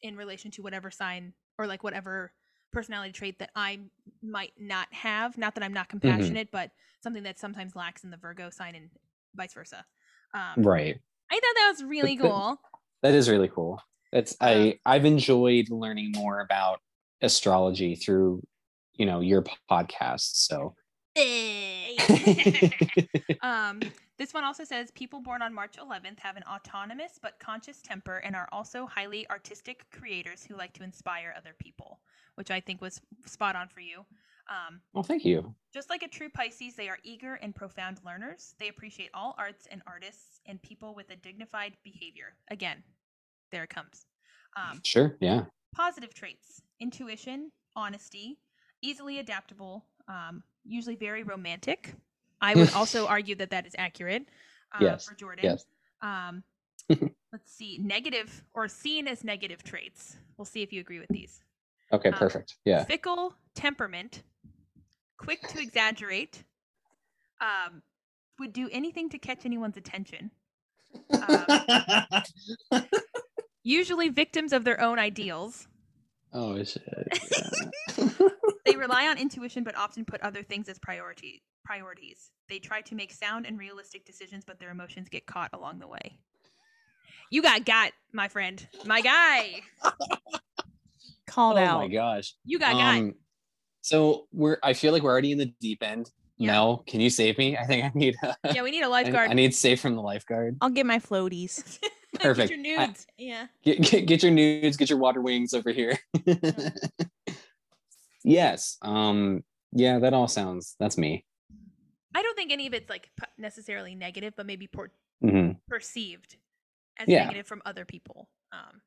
A: in relation to whatever sign or like whatever personality trait that I might not have. Not that I'm
B: Mm-hmm.
A: not compassionate, but something that sometimes lacks in the Virgo sign and vice versa. Um,
B: right
A: I thought that was really
B: But the-
A: cool.
B: That is really cool. That's
A: Um,
B: I I've enjoyed learning more about astrology through you know your podcast. So
A: um, this one also says people born on March 11th have an autonomous but conscious temper and are also highly artistic creators who like to inspire other people, which I think was spot on for you. Um,
B: well, thank you.
A: just like a true Pisces, they are eager and profound learners. They appreciate all arts and artists and people with a dignified behavior. Again, there it comes. Um,
B: Sure. Yeah.
A: positive traits intuition, honesty, easily adaptable, um, usually very romantic. I would also argue that that is accurate uh,
B: Yes,
A: for Jordan.
B: yes.
A: Um, let's see, negative or seen as negative traits. We'll see if you agree with these
B: Okay.
A: Um,
B: Perfect. Yeah.
A: fickle temperament, quick to exaggerate, um, would do anything to catch anyone's attention, um, usually victims of their own ideals.
B: oh shit. yeah.
A: Oh, They rely on intuition, but often put other things as priority priorities. They try to make sound and realistic decisions, but their emotions get caught along the way. You got got, my friend, my guy.
C: Called
B: oh
C: out.
B: my gosh.
A: You got got.
B: Um, so we're. I feel like we're already in the deep end.
A: Yeah.
B: Mel, can you save me? I think I need. A,
A: Yeah, we need a
B: I,
A: lifeguard.
B: I need save from the lifeguard.
C: I'll get my floaties.
B: Perfect.
A: Get your
B: I-
A: nudes. yeah.
B: get, get, get your nudes get your water wings over here yes um yeah that all sounds that's me
A: I don't think any of it's like p- necessarily negative, but maybe por-
B: Mhm.
A: perceived as
B: Yeah.
A: negative from other people. Um,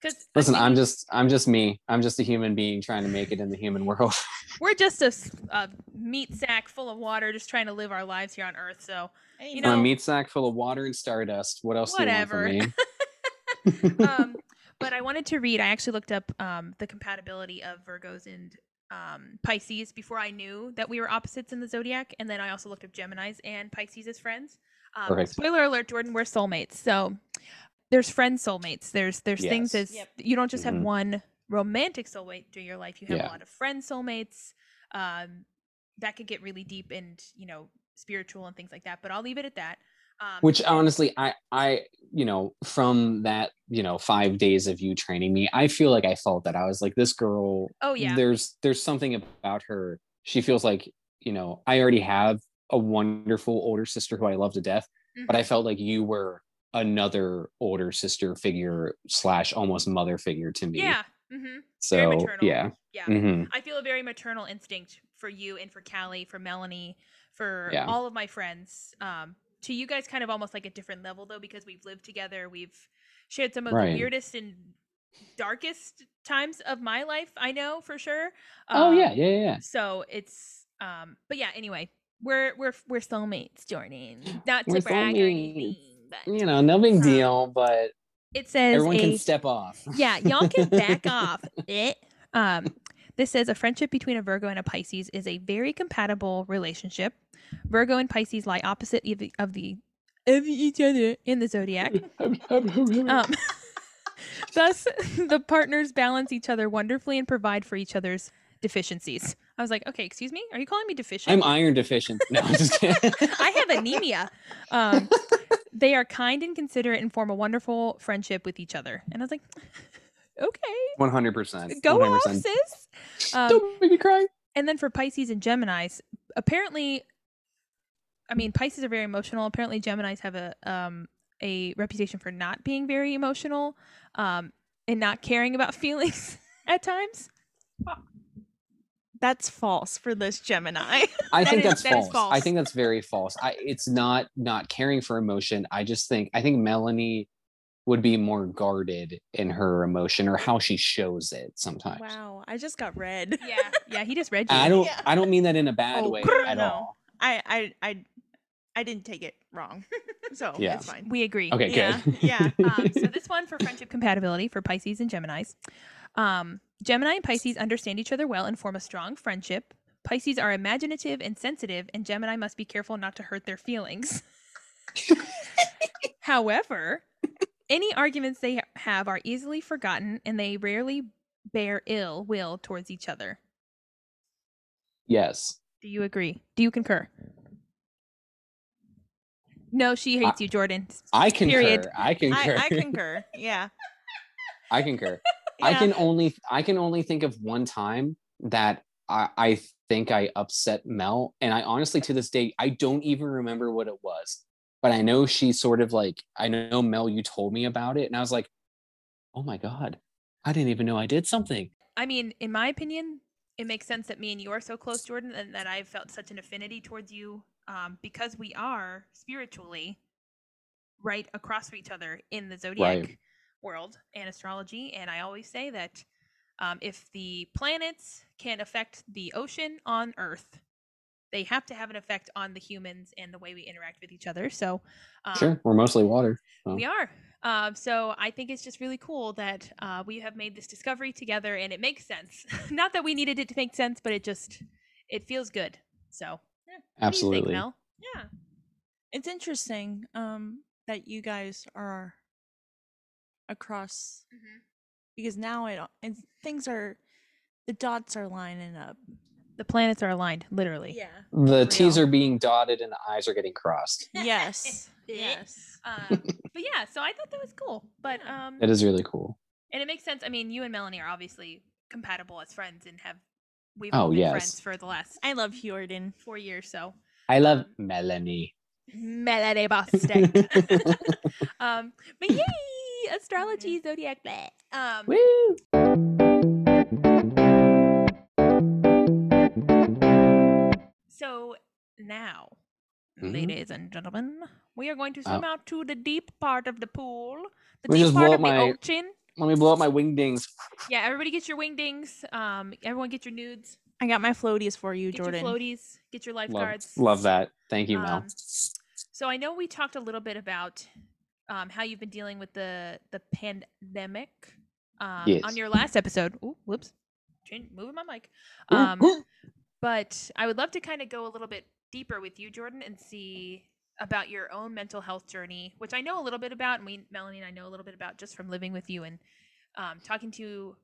A: because
B: listen i'm just i'm just me i'm just a human being trying to make it in the human world
A: we're just a, s- a meat sack full of water, just trying to live our lives here on Earth. So
C: you
B: i'm
A: know-
B: a meat sack full of water and stardust what else
A: Whatever.
B: do you want from me
A: um, but I wanted to read. I actually looked up um, the compatibility of Virgos and um, Pisces before I knew that we were opposites in the zodiac, and then I also looked up Gemini's and Pisces as friends. Um,
B: Perfect.
A: Spoiler alert, Jordan, we're soulmates. So there's friend soulmates. There's there's things
B: Yes.
A: as
C: Yep.
A: you don't just
B: Mhm.
A: have one romantic soulmate through your life. You have
B: Yeah.
A: a lot of friend soulmates. Um, that could get really deep and you know spiritual and things like that. But I'll leave it at that. Um,
B: which honestly i i you know from that you know five days of you training me i feel like i felt that i was like this girl
A: oh yeah,
B: there's there's something about her she feels like you know i already have a wonderful older sister who i love to death but
A: Mm-hmm.
B: i felt like you were another older sister figure slash almost mother figure to me
A: yeah. Mm-hmm. very
B: so
A: maternal.
B: yeah
A: Yeah.
B: Mhm.
A: I feel a very maternal instinct for you and for Callie, for Melanie, for
B: Yeah.
A: all of my friends. Um, to you guys, kind of almost like a different level though, because we've lived together. We've shared some of
B: Right.
A: the weirdest and darkest times of my life. I know for sure.
B: oh
A: Um,
B: yeah yeah yeah, yeah
A: So it's, um, but yeah. Anyway, we're we're we're soulmates, Jordan. Not to
B: We're
A: brag or
B: soulmates.
A: anything, but
B: you know no big
A: Um,
B: deal but
A: it says
B: everyone
A: a-
B: can step off
A: yeah, y'all can back off. Eh. Um, this says a friendship between a Virgo and a Pisces is a very compatible relationship. Virgo and Pisces lie opposite of the of, the, of each other in the zodiac. Um, thus, the partners balance each other wonderfully and provide for each other's deficiencies. I was like, okay, excuse me, are you calling me deficient?
B: i'm iron deficient no i'm just kidding
A: I have anemia. Um, they are kind and considerate and form a wonderful friendship with each other. And I was like, okay.
B: 100%
A: Go off,
B: 100%.
A: sis. Um,
B: don't make me cry
A: and then for Pisces and Gemini's, apparently, I mean Pisces are very emotional. Apparently, Gemini's have a um a reputation for not being very emotional, um and not caring about feelings at times.
C: That's false for this Gemini.
B: I
A: That
B: think
A: is-
B: that's
A: that is
B: false. I
A: false.
B: think that's very false. I it's not not caring for emotion. I just think I think Melanie would be more guarded in her emotion or how she shows it sometimes.
C: wow, I just got red.
A: Yeah, yeah. He just read you.
B: And I don't
C: Yeah.
B: I don't mean that in a bad
C: Oh,
B: way
C: no,
B: at
C: no.
B: all.
C: I I I I didn't take it wrong. So
B: Yeah.
C: it's fine.
A: We agree.
B: Okay,
C: Yeah,
B: good.
C: yeah.
A: um, so this one for friendship compatibility for Pisces and Gemini's. Um, Gemini and Pisces understand each other well and form a strong friendship. Pisces are imaginative and sensitive, and Gemini must be careful not to hurt their feelings. However, any arguments they ha- have are easily forgotten, and they rarely bear ill will towards each other.
B: yes.
A: Do you agree? Do you concur? No, she hates you, Jordan.
B: I concur.
A: Period.
B: I concur.
C: I,
B: I,
C: I concur. Yeah.
B: concur. I
C: Yeah.
B: can only I can only think of one time that I, I think I upset Mel. And I honestly to this day I don't even remember what it was. But I know she sort of like I know Mel, you told me about it. And I was like, oh my God, I didn't even know I did something.
A: I mean, in my opinion, it makes sense that me and you are so close, Jordan, and that I've felt such an affinity towards you um, because we are spiritually right across from each other in the zodiac. world and astrology, and I always say that um, if the planets can affect the ocean on Earth, they have to have an effect on the humans and the way we interact with each other. So, um,
B: sure, we're mostly water.
A: we are. Um, so I think it's just really cool that uh, we have made this discovery together, and it makes sense. Not that we needed it to make sense, but it just it feels good. So yeah. What do you think,
B: Absolutely.
A: Mel? Yeah.
C: It's interesting um, that you guys are across because now it and things are the dots are lining up.
A: The planets are aligned, literally.
B: The
A: Real.
B: T's are being dotted and the I's are getting crossed.
C: Yes.
A: Eh.
C: yes.
A: Um, but yeah, so I thought that was cool. But
C: Yeah.
A: um,
B: That is really cool.
A: and it makes sense. I mean, you and Melanie are obviously compatible as friends and have we've
B: Oh,
A: been
B: yes.
A: friends for the last
C: I love Fjordan.
A: four years. So
B: I love Melanie.
A: Melody Bostic. um, but yay, astrology, zodiac, blah. Um,
B: Woo!
A: So now,
B: Mhm.
A: ladies and gentlemen, we are going to
B: Oh.
A: swim out to the deep part of the pool, the
B: We
A: deep
B: just
A: part
B: blow
A: of
B: up my-
A: the ocean.
B: Let me blow up my wingdings.
A: Yeah, everybody get your wingdings. Um, everyone get your nudes.
C: I got my floaties for you,
A: Get
C: Jordan.
A: your floaties. Get your
B: Love,
A: lifeguards.
B: love that. Thank you, Mel.
A: Um, So I know we talked a little bit about um, how you've been dealing with the the pandemic um,
B: Yes.
A: on your last episode. Ooh, whoops, Chan- moving my mic.
B: Ooh,
A: Um,
B: ooh.
A: but I would love to kind of go a little bit deeper with you, Jordan, and see about your own mental health journey, which I know a little bit about, and we, Melanie and I know a little bit about just from living with you and um, talking to you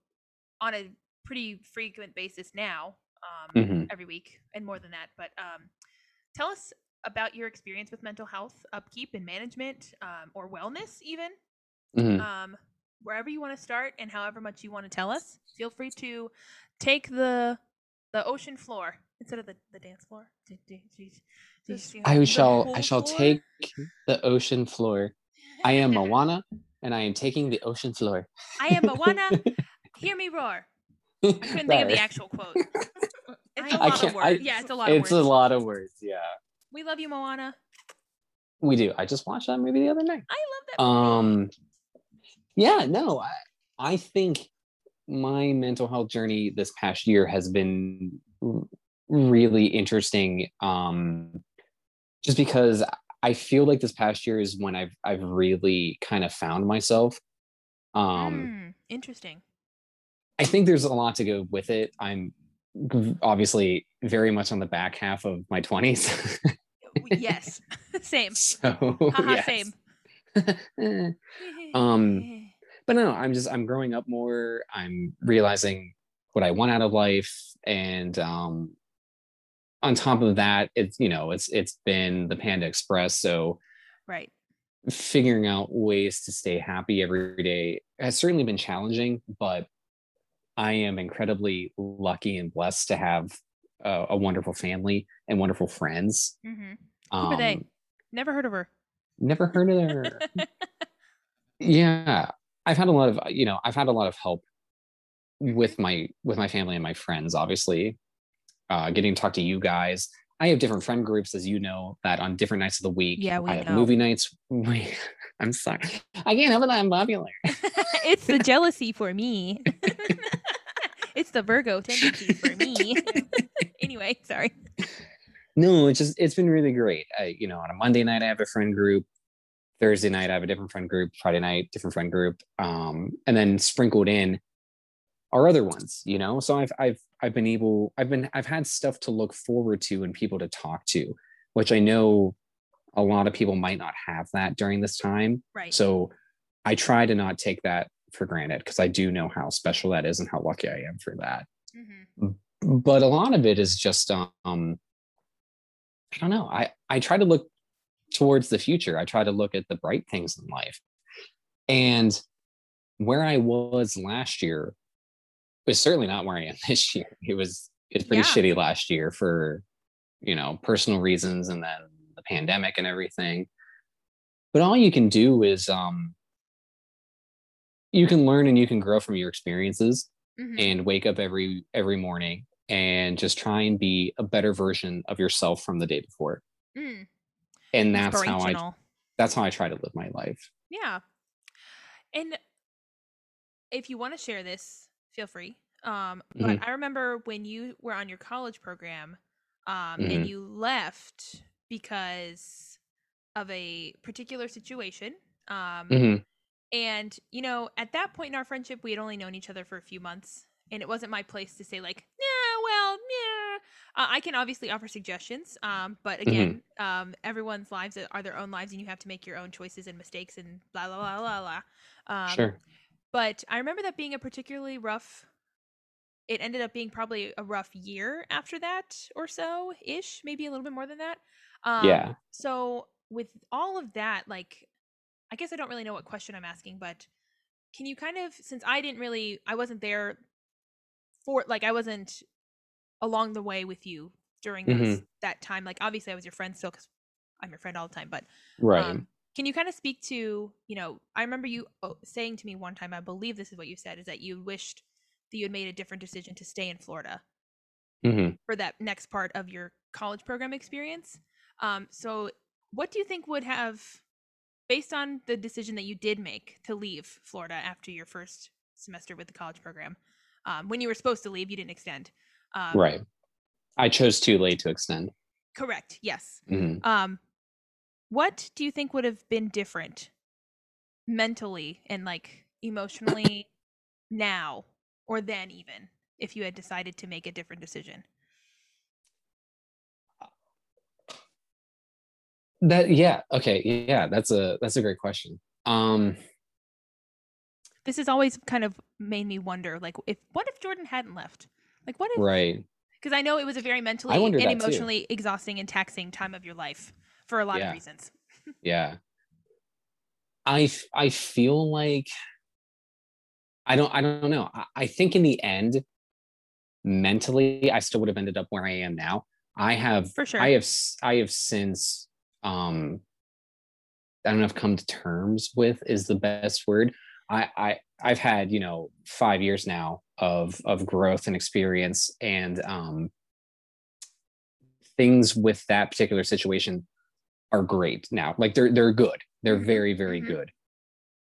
A: on a pretty frequent basis now, um,
B: Mhm.
A: every week, and more than that. But um, tell us about your experience with mental health upkeep and management, um, or wellness, even
B: Mhm.
A: um, wherever you want to start and however much you want to tell us feel free to take the the ocean floor instead of the, the dance floor Do- do- do- do you
C: The
A: see how-
B: I
A: the
B: shall I
A: pool
B: shall
A: floor?
B: take the ocean floor. I am Moana and I am taking the ocean floor.
A: i am moana hear me roar i couldn't think of the actual quote
C: It's a
A: am-
B: I
C: lot of
B: can't-
C: work.
B: I-
A: yeah it's a lot of
B: It's a
A: words
B: lot of words. Yeah,
A: we love you moana
B: we do. I just watched that movie the other night.
A: i love that
B: Um, yeah, no, I, I think my mental health journey this past year has been r- really interesting. Um, just because I feel like this past year is when I've I've really kind of found myself. Um,
A: Mm, interesting
B: I think there's a lot to go with it. I'm g- obviously very much on the back half of my 20s.
A: W- yes same
B: so,
A: haha
B: yes.
A: same
B: Eh. Um, But no, I'm just I'm growing up more. I'm realizing what I want out of life and um on top of that, it's you know, it's it's been the Panda Express, so
A: right
B: figuring out ways to stay happy every day has certainly been challenging, but I am incredibly lucky and blessed to have a, a wonderful family and wonderful friends. Um,
A: mm-hmm. are they? never heard of her
B: Never heard of her. yeah, I've had a lot of you know I've had a lot of help with my with my family and my friends. Obviously, uh, getting to talk to you guys. I have different friend groups, as you know, that on different nights of the week.
A: Yeah, we
B: I have
A: know.
B: movie nights. We- I'm sorry, I can't help it. that I'm popular.
A: it's the jealousy for me. it's the Virgo tendency for me. anyway, sorry.
B: no it's just it's been really great I, you know on a monday night i have a friend group thursday night i have a different friend group friday night different friend group um and then sprinkled in are other ones you know so i've i've i've been able i've been i've had stuff to look forward to and people to talk to which i know a lot of people might not have that during this time
A: Right.
B: so i try to not take that for granted because i do know how special that is and how lucky i am for that
A: Mhm.
B: but a lot of it is just um i don't know i i try to look towards the future i try to look at the bright things in life and where i was last year was certainly not where i am this year it was it's pretty
A: Yeah.
B: shitty last year for you know personal reasons and then the pandemic and everything but all you can do is um you can learn and you can grow from your experiences
A: Mhm.
B: and wake up every every morning and just try and be a better version of yourself from the day before
A: Mm.
B: and that's how i
A: Inspirational.
B: that's how i try to live my life
A: Yeah. And if you want to share this, feel free. Um, but
B: Mm-hmm.
A: I remember when you were on your college program, um, and
B: Mhm.
A: you left because of a particular situation. Um,
B: Mhm.
A: and you know, at that point in our friendship, we had only known each other for a few months, and it wasn't my place to say like, "Yeah, well, yeah." Uh, I can obviously offer suggestions, um, but again, um, everyone's lives are their own lives, and you have to make your own choices and mistakes and blah blah blah blah blah. Um,
B: sure.
A: but I remember that being a particularly rough. It ended up being probably a rough year after that or so ish, maybe a little bit more than that. Um,
B: yeah.
A: So with all of that, like, I guess I don't really know what question I'm asking, but can you kind of, since I didn't really, I wasn't there for, like, I wasn't along the way with you during those, that time. Like, obviously, I was your friend still because I'm your friend all the time, but
B: Right.
A: um, can you kind of speak to, you know, I remember you uh, saying to me one time, I believe this is what you said, is that you wished that you had made a different decision to stay in Florida
B: Mhm.
A: for that next part of your college program experience. Um, so, what do you think would have, based on the decision that you did make to leave Florida after your first semester with the college program, um, when you were supposed to leave, you didn't extend. Um,
B: right. I chose too late to extend.
A: Correct. Yes.
B: Mhm.
A: Um, what do you think would have been different mentally and like emotionally now or then, even if you had decided to make a different decision?
B: That yeah. Okay. Yeah. That's a that's a great question. Um.
A: this has always kind of made me wonder like if what if jordan hadn't left like what if
B: Right.
A: because i know it was a very mentally and
B: wondered that too.
A: emotionally exhausting and taxing time of your life for a lot
B: Yeah.
A: of reasons
B: Yeah. I f- I feel like I don't I don't know. I, I think in the end, mentally, I still would have ended up where I am now. I have
A: For sure.
B: I have s- I have since um I don't know if come to terms with is the best word. I I I've had, you know, 5 years now of of growth and experience and um things with that particular situation are great now. Like they're they're good. They're
A: Mhm.
B: very very
A: Mhm.
B: good.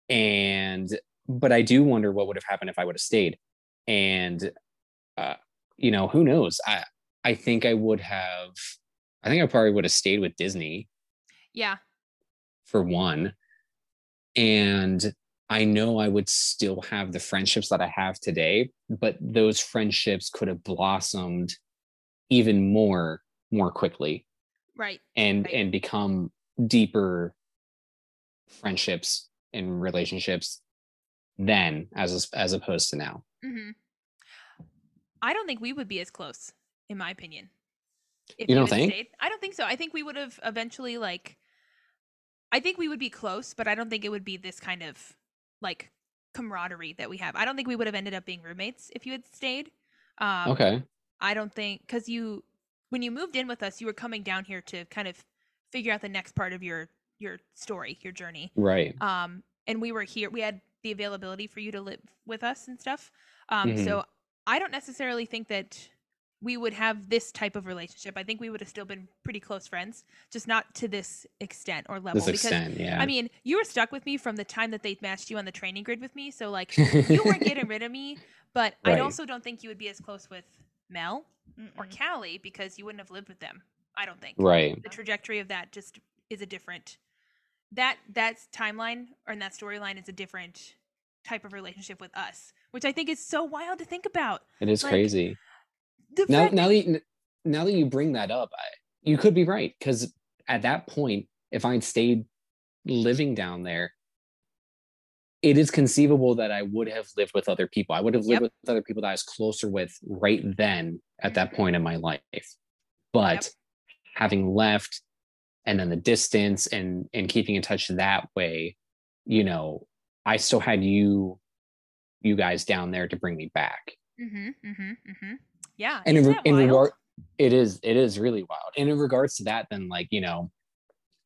B: And but I do wonder what would have happened if I would have stayed. And uh, you know, who knows? I I think I would have. I think I probably would have stayed with Disney
A: yeah
B: for one. And I know I would still have the friendships that I have today, but those friendships could have blossomed even more more quickly
A: right
B: and
A: Right.
B: and become deeper friendships and relationships then as as opposed to now
A: hmm i don't think we would be as close in my opinion if
B: You don't
A: had
B: think?
A: stayed. i don't think so i think we would have eventually like i think we would be close but i don't think it would be this kind of like camaraderie that we have i don't think we would have ended up being roommates if you had stayed um
B: okay
A: I don't think because you when you moved in with us, you were coming down here to kind of figure out the next part of your your story, your journey.
B: right
A: Um, and we were here. We had the availability for you to live with us and stuff. Um,
B: Mhm.
A: so I don't necessarily think that we would have this type of relationship. I think we would have still been pretty close friends, just not to this extent or level.
B: this extent yeah
A: I mean, you were stuck with me from the time that they matched you on the training grid with me. So like, you weren't getting rid of me. But
B: Right.
A: I also don't think you would be as close with Mel or
C: Mm-mm.
B: Mm-hmm.
A: Callie because you wouldn't have lived with them. I don't think.
B: right
A: The trajectory of that just is a different that that timeline or in that storyline is a different type of relationship with us, which I think is so wild to think about.
B: it is
A: like,
B: crazy
A: The
B: now
A: fact
B: now
A: that-
B: that you, now that you bring that up I, you could be right because at that point if i'd stayed living down there it is conceivable that i would have lived with other people i would have
A: Yep.
B: lived with other people that i was closer with right then at that
A: Mhm.
B: point in my life but
A: Yep.
B: having left and then the distance and and keeping in touch that way you know i still had you you guys down there to bring me back
A: Mhm, mhm, mhm. Yeah.
B: and in,
A: isn't
B: re-
A: that
B: in
A: wild?
B: regard it is it is really wild and in regards to that then like you know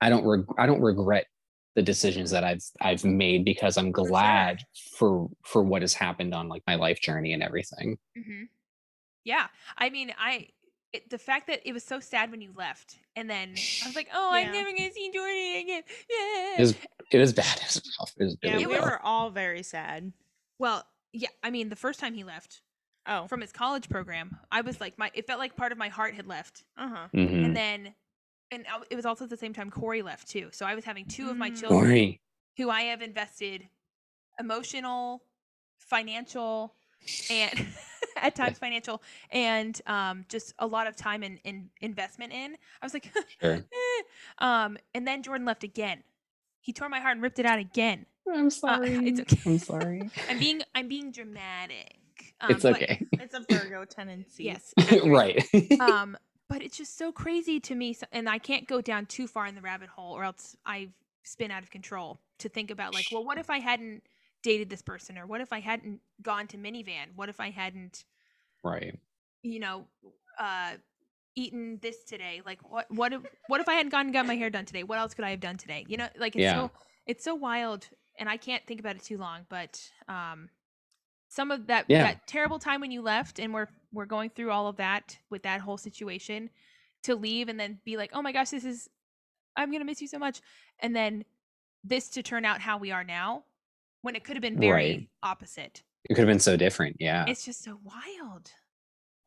B: i don't reg- i don't regret the decisions that i've i've made because i'm
A: sure.
B: glad for for what has happened on like my life journey and everything
A: hmm Yeah, I mean, I it, the fact that it was so sad when you left, and then I was like, "Oh,
C: Yeah.
A: I'm never gonna see Jordan again." Yeah.
B: It was- it is bad as well It was
C: Yeah,
B: really
C: we
B: rough.
C: were all very sad.
A: well, yeah, I mean, the first time he left
C: Oh.
A: from his college program, I was like, my it felt like part of my heart had left,
C: Uh huh.
B: Mm-hmm.
A: and then, and I- it was also at the same time Corey left too. So I was having two of my
C: Mm.
A: children
B: Sorry.
A: who I have invested emotional, financial, and at times financial, and um, just a lot of time and, and investment in. I was like,
B: Sure.
A: "Eh." um, and then Jordan left again. He tore my heart and ripped it out again.
B: I'm
A: Uh, it's okay.
B: I'm sorry.
A: I'm being I'm being dramatic. um,
B: it's
A: but-
B: okay.
C: It's a Virgo tendency.
A: Yes.
B: right.
A: um, but it's just so crazy to me, so- and I can't go down too far in the rabbit hole, or else I spin out of control to think about like, well, what if I hadn't dated this person, or what if I hadn't gone to minivan, what if I hadn't,
B: right.
A: you know, uh, eaten this today, like what what if what if I hadn't gone and got my hair done today? What else could I have done today? You know, like it's
B: Yeah.
A: so it's so wild, and I can't think about it too long, but um. Some of that,
B: Yeah.
A: that terrible time when you left, and we're we're going through all of that with that whole situation to leave and then be like, oh my gosh, this is, I'm going to miss you so much. And then this to turn out how we are now when it could have been very
B: Right. Uh
A: opposite.
B: It could have been so different. Yeah.
A: It's just so wild.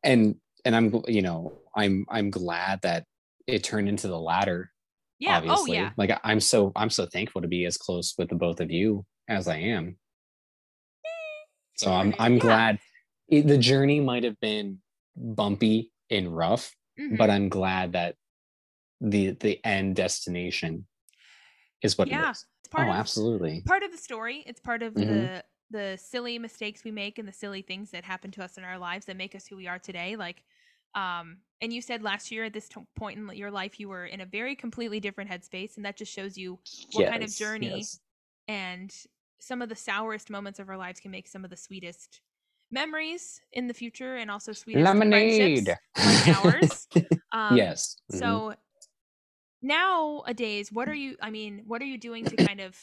B: and and I'm gl- you know I'm I'm glad that it turned into the latter.
A: Yeah.
B: Obviously.
A: Oh, yeah.
B: Like I- I'm so I'm so thankful to be as close with the both of you as I am. So I'm I'm
A: Yeah.
B: glad it, the journey might have been bumpy and rough,
A: Mhm.
B: but I'm glad that the the end destination is what
A: Yeah,
B: it is.
A: it's
B: Oh,
A: part, of,
B: absolutely.
A: part of the story. It's part of
B: Mhm.
A: the, the silly mistakes we make and the silly things that happen to us in our lives that make us who we are today. Like, um, and you said last year at this t- point in your life, you were in a very completely different headspace. And that just shows you what kind of journey and some of the sourest moments of our lives can make some of the sweetest memories in the future and also sweetest
B: Lemonade.
A: friendships like ours. Um,
B: yes. Mhm.
A: So nowadays, what are you? I mean, what are you doing to kind of,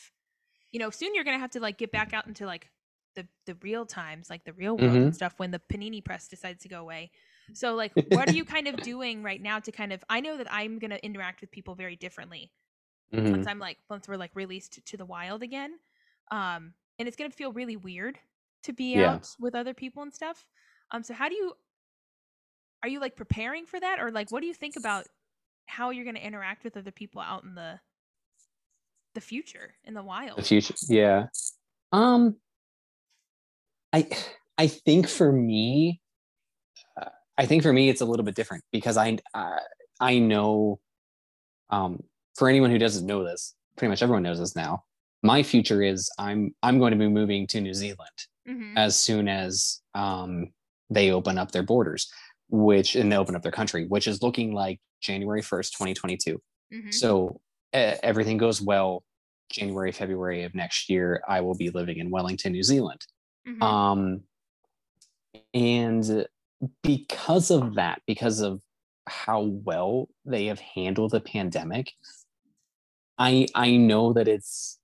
A: you know, soon you're gonna have to like get back out into like the the real times, like the real world and stuff when the panini press decides to go away. So like, what are you kind of doing right now to kind of? I know that I'm gonna interact with people very differently
B: Mhm.
A: once I'm like once we're like released to the wild again. Um, and it's gonna feel really weird to be
B: Yeah.
A: out with other people and stuff. Um, so how do you are you like preparing for that, or like what do you think about how you're gonna interact with other people out in the the future in the wild?
B: the future yeah um i i think for me uh, i think for me it's a little bit different because i uh, i know um for anyone who doesn't know this pretty much everyone knows this now my future is i'm i'm going to be moving to new zealand
A: Mhm.
B: as soon as um they open up their borders which and they open up their country which is looking like january 1st 2022
A: Mhm.
B: so uh, everything goes well. January, February of next year, I will be living in Wellington, New Zealand.
A: Mhm.
B: Um, and because of that, because of how well they have handled the pandemic, I I know that it's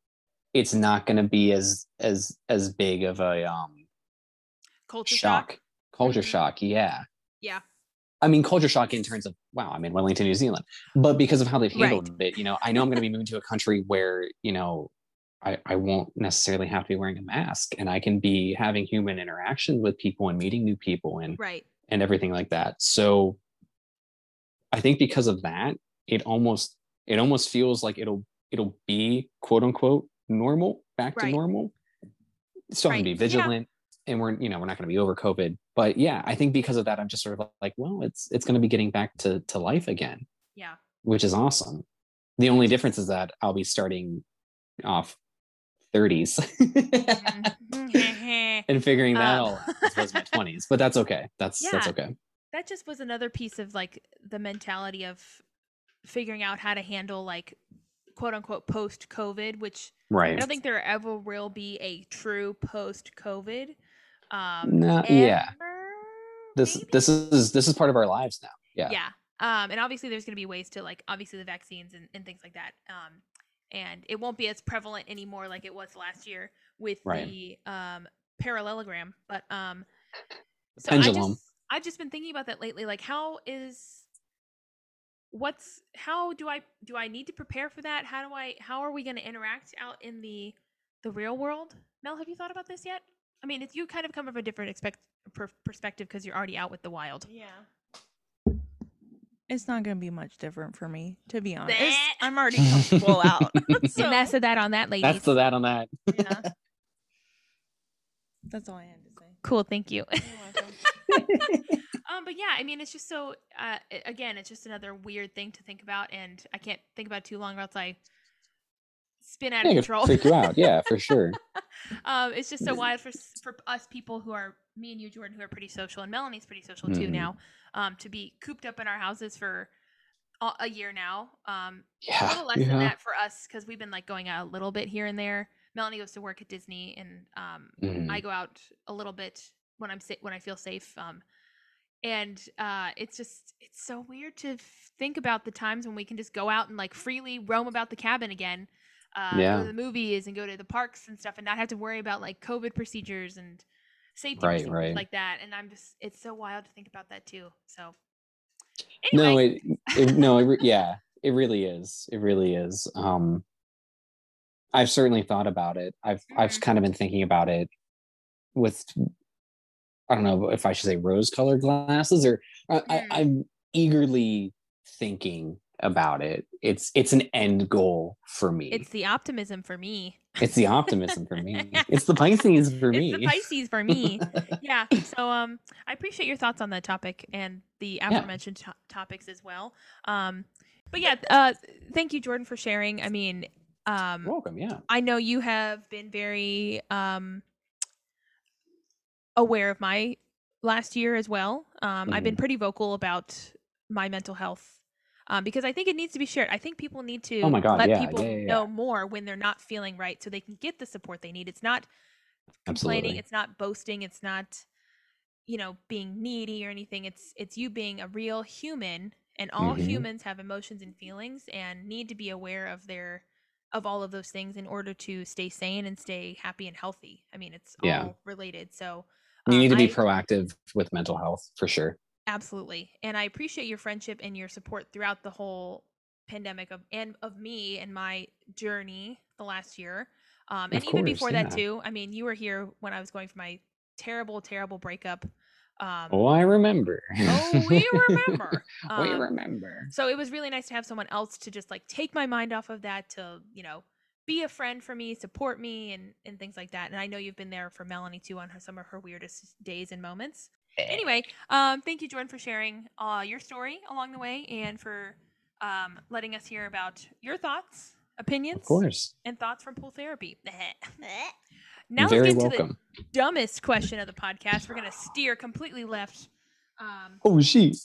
B: it's not going to be as as as big of a um,
A: Culture
B: shock. culture
A: Mhm.
B: shock. Yeah,
A: Yeah.
B: I mean, culture shock in terms of wow, I'm in Wellington, New Zealand, but because of how they've handled it, you know, I know I'm going to be moving to a country where you know, I I won't necessarily have to be wearing a mask, and I can be having human interaction with people and meeting new people and
A: Right.
B: and everything like that. So, I think because of that, it almost it almost feels like it'll it'll be quote unquote normal back
A: Right.
B: to normal. Still have
A: Right.
B: to be
A: Yeah.
B: vigilant, and we're you know we're not going to be over COVID. But yeah, I think because of that, I'm just sort of like, well, it's it's going to be getting back to to life again,
A: Yeah.
B: which is awesome. The only difference is that I'll be starting off 30s
A: Mhm.
B: and figuring that
A: Mm-hmm. Um.
B: all out as opposed to my 20s. But that's okay. That's that's
A: Yeah.
B: okay.
A: that just was another piece of like the mentality of figuring out how to handle like quote unquote post COVID, which I
B: Right.
A: don't think there ever will be a true post COVID. Um,
B: No, yeah.
A: ever,
B: This
A: maybe?
B: this is this is part of our lives now. yeah.
A: yeah. Um, and obviously there's going to be ways to like obviously the vaccines and, and things like that. Um, and it won't be as prevalent anymore like it was last year with
B: Right.
A: the um parallelogram, but um,
B: The
A: so I
B: pendulum.
A: just, I've just been thinking about that lately. Like, how is what's how do I do I need to prepare for that? How do I how are we going to interact out in the the real world? Mel, have you thought about this yet? I mean, it's you kind of come from a different expect per- perspective because you're already out with the wild.
C: Yeah. It's not going to be much different for me, to be honest.
A: Bleh.
C: I'm already comfortable out. so
A: and that's the that on that, ladies.
B: That's the that on that.
C: yeah. That's all I had to say.
A: cool. Thank you.
C: You're welcome.
A: Um, but yeah, I mean, it's just so. Uh, a- again, it's just another weird thing to think about, and I can't think about it too long, or else I spin out of
B: Yeah, it
A: control.
B: freak you out. Yeah, for sure.
A: um, it's just so wild for s- for us people who are me and you, Jordan, who are pretty social, and Melanie's pretty social too
B: Mhm.
A: now. Um, to be cooped up in our houses for a, a year now. Um, a
B: Yeah.
A: little less
B: Ah, yeah.
A: than that for us because we've been like going out a little bit here and there. Melanie goes to work at Disney, and um,
B: Mhm.
A: I go out a little bit when I'm sa- when I feel safe. Um, and uh, it's just it's so weird to f- think about the times when we can just go out and like freely roam about the cabin again. Uh, Go
B: Yeah.
A: to the movies and go to the parks and stuff, and not have to worry about like COVID procedures and safety
B: Right,
A: procedures
B: right.
A: like that. And I'm just it's so wild to think about that too. So
B: no
A: anyway,
B: it, it no it, re- yeah it really is it really is um i've certainly thought about it i've i've
A: Mhm.
B: kind of been thinking about it with i don't know if i should say rose colored glasses or I,
A: Mm.
B: I, i'm eagerly thinking about it it's it's an end goal for me
A: it's
B: it's,
A: the optimism for me.
B: the optimism for me it's the pisces for me
A: It's the Pisces for me. yeah. So um, I appreciate your thoughts on that topic and the aforementioned to- topics as well. Um, but yeah, uh, thank you, Jordan, for sharing. I mean, um,
B: welcome yeah
A: I know you have been very um aware of my last year as well. Um, I've
B: Mm-hmm.
A: been pretty vocal about my mental health. Um, because I think it needs to be shared. I think people need to
B: Oh my God,
A: let
B: yeah,
A: people
B: yeah, yeah, yeah.
A: know more when they're not feeling right so they can get the support they need. It's not complaining
B: absolutely
A: it's not boasting it's not you know being needy or anything it's it's you being a real human and all
B: Mhm.
A: humans have emotions and feelings and need to be aware of their of all of those things in order to stay sane and stay happy and healthy i mean it's
B: Yeah.
A: all related so
B: you
A: um,
B: need to be
A: I-
B: proactive with mental health for sure
A: Absolutely. And I appreciate your friendship and your support throughout the whole pandemic of and of me and my journey the last year. Um, and
B: Of
A: even
B: course,
A: before that
B: yeah.
A: too. I mean, you were here when I was going for my terrible, terrible breakup. Um,
B: oh i remember
A: oh, we remember.
B: we
A: Um,
B: remember.
A: so it was really nice to have someone else to just like take my mind off of that to, you know, be a friend for me, support me and and things like that. And I know you've been there for Melanie too on her, some of her weirdest days and moments. Anyway, um thank you Jordan for sharing uh your story along the way and for um letting us hear about your thoughts, opinions,
B: of course,
A: and thoughts from pool therapy. now
B: very
A: let's get to
B: welcome.
A: the dumbest question of the podcast. We're going to steer completely left. Um
B: Oh, she.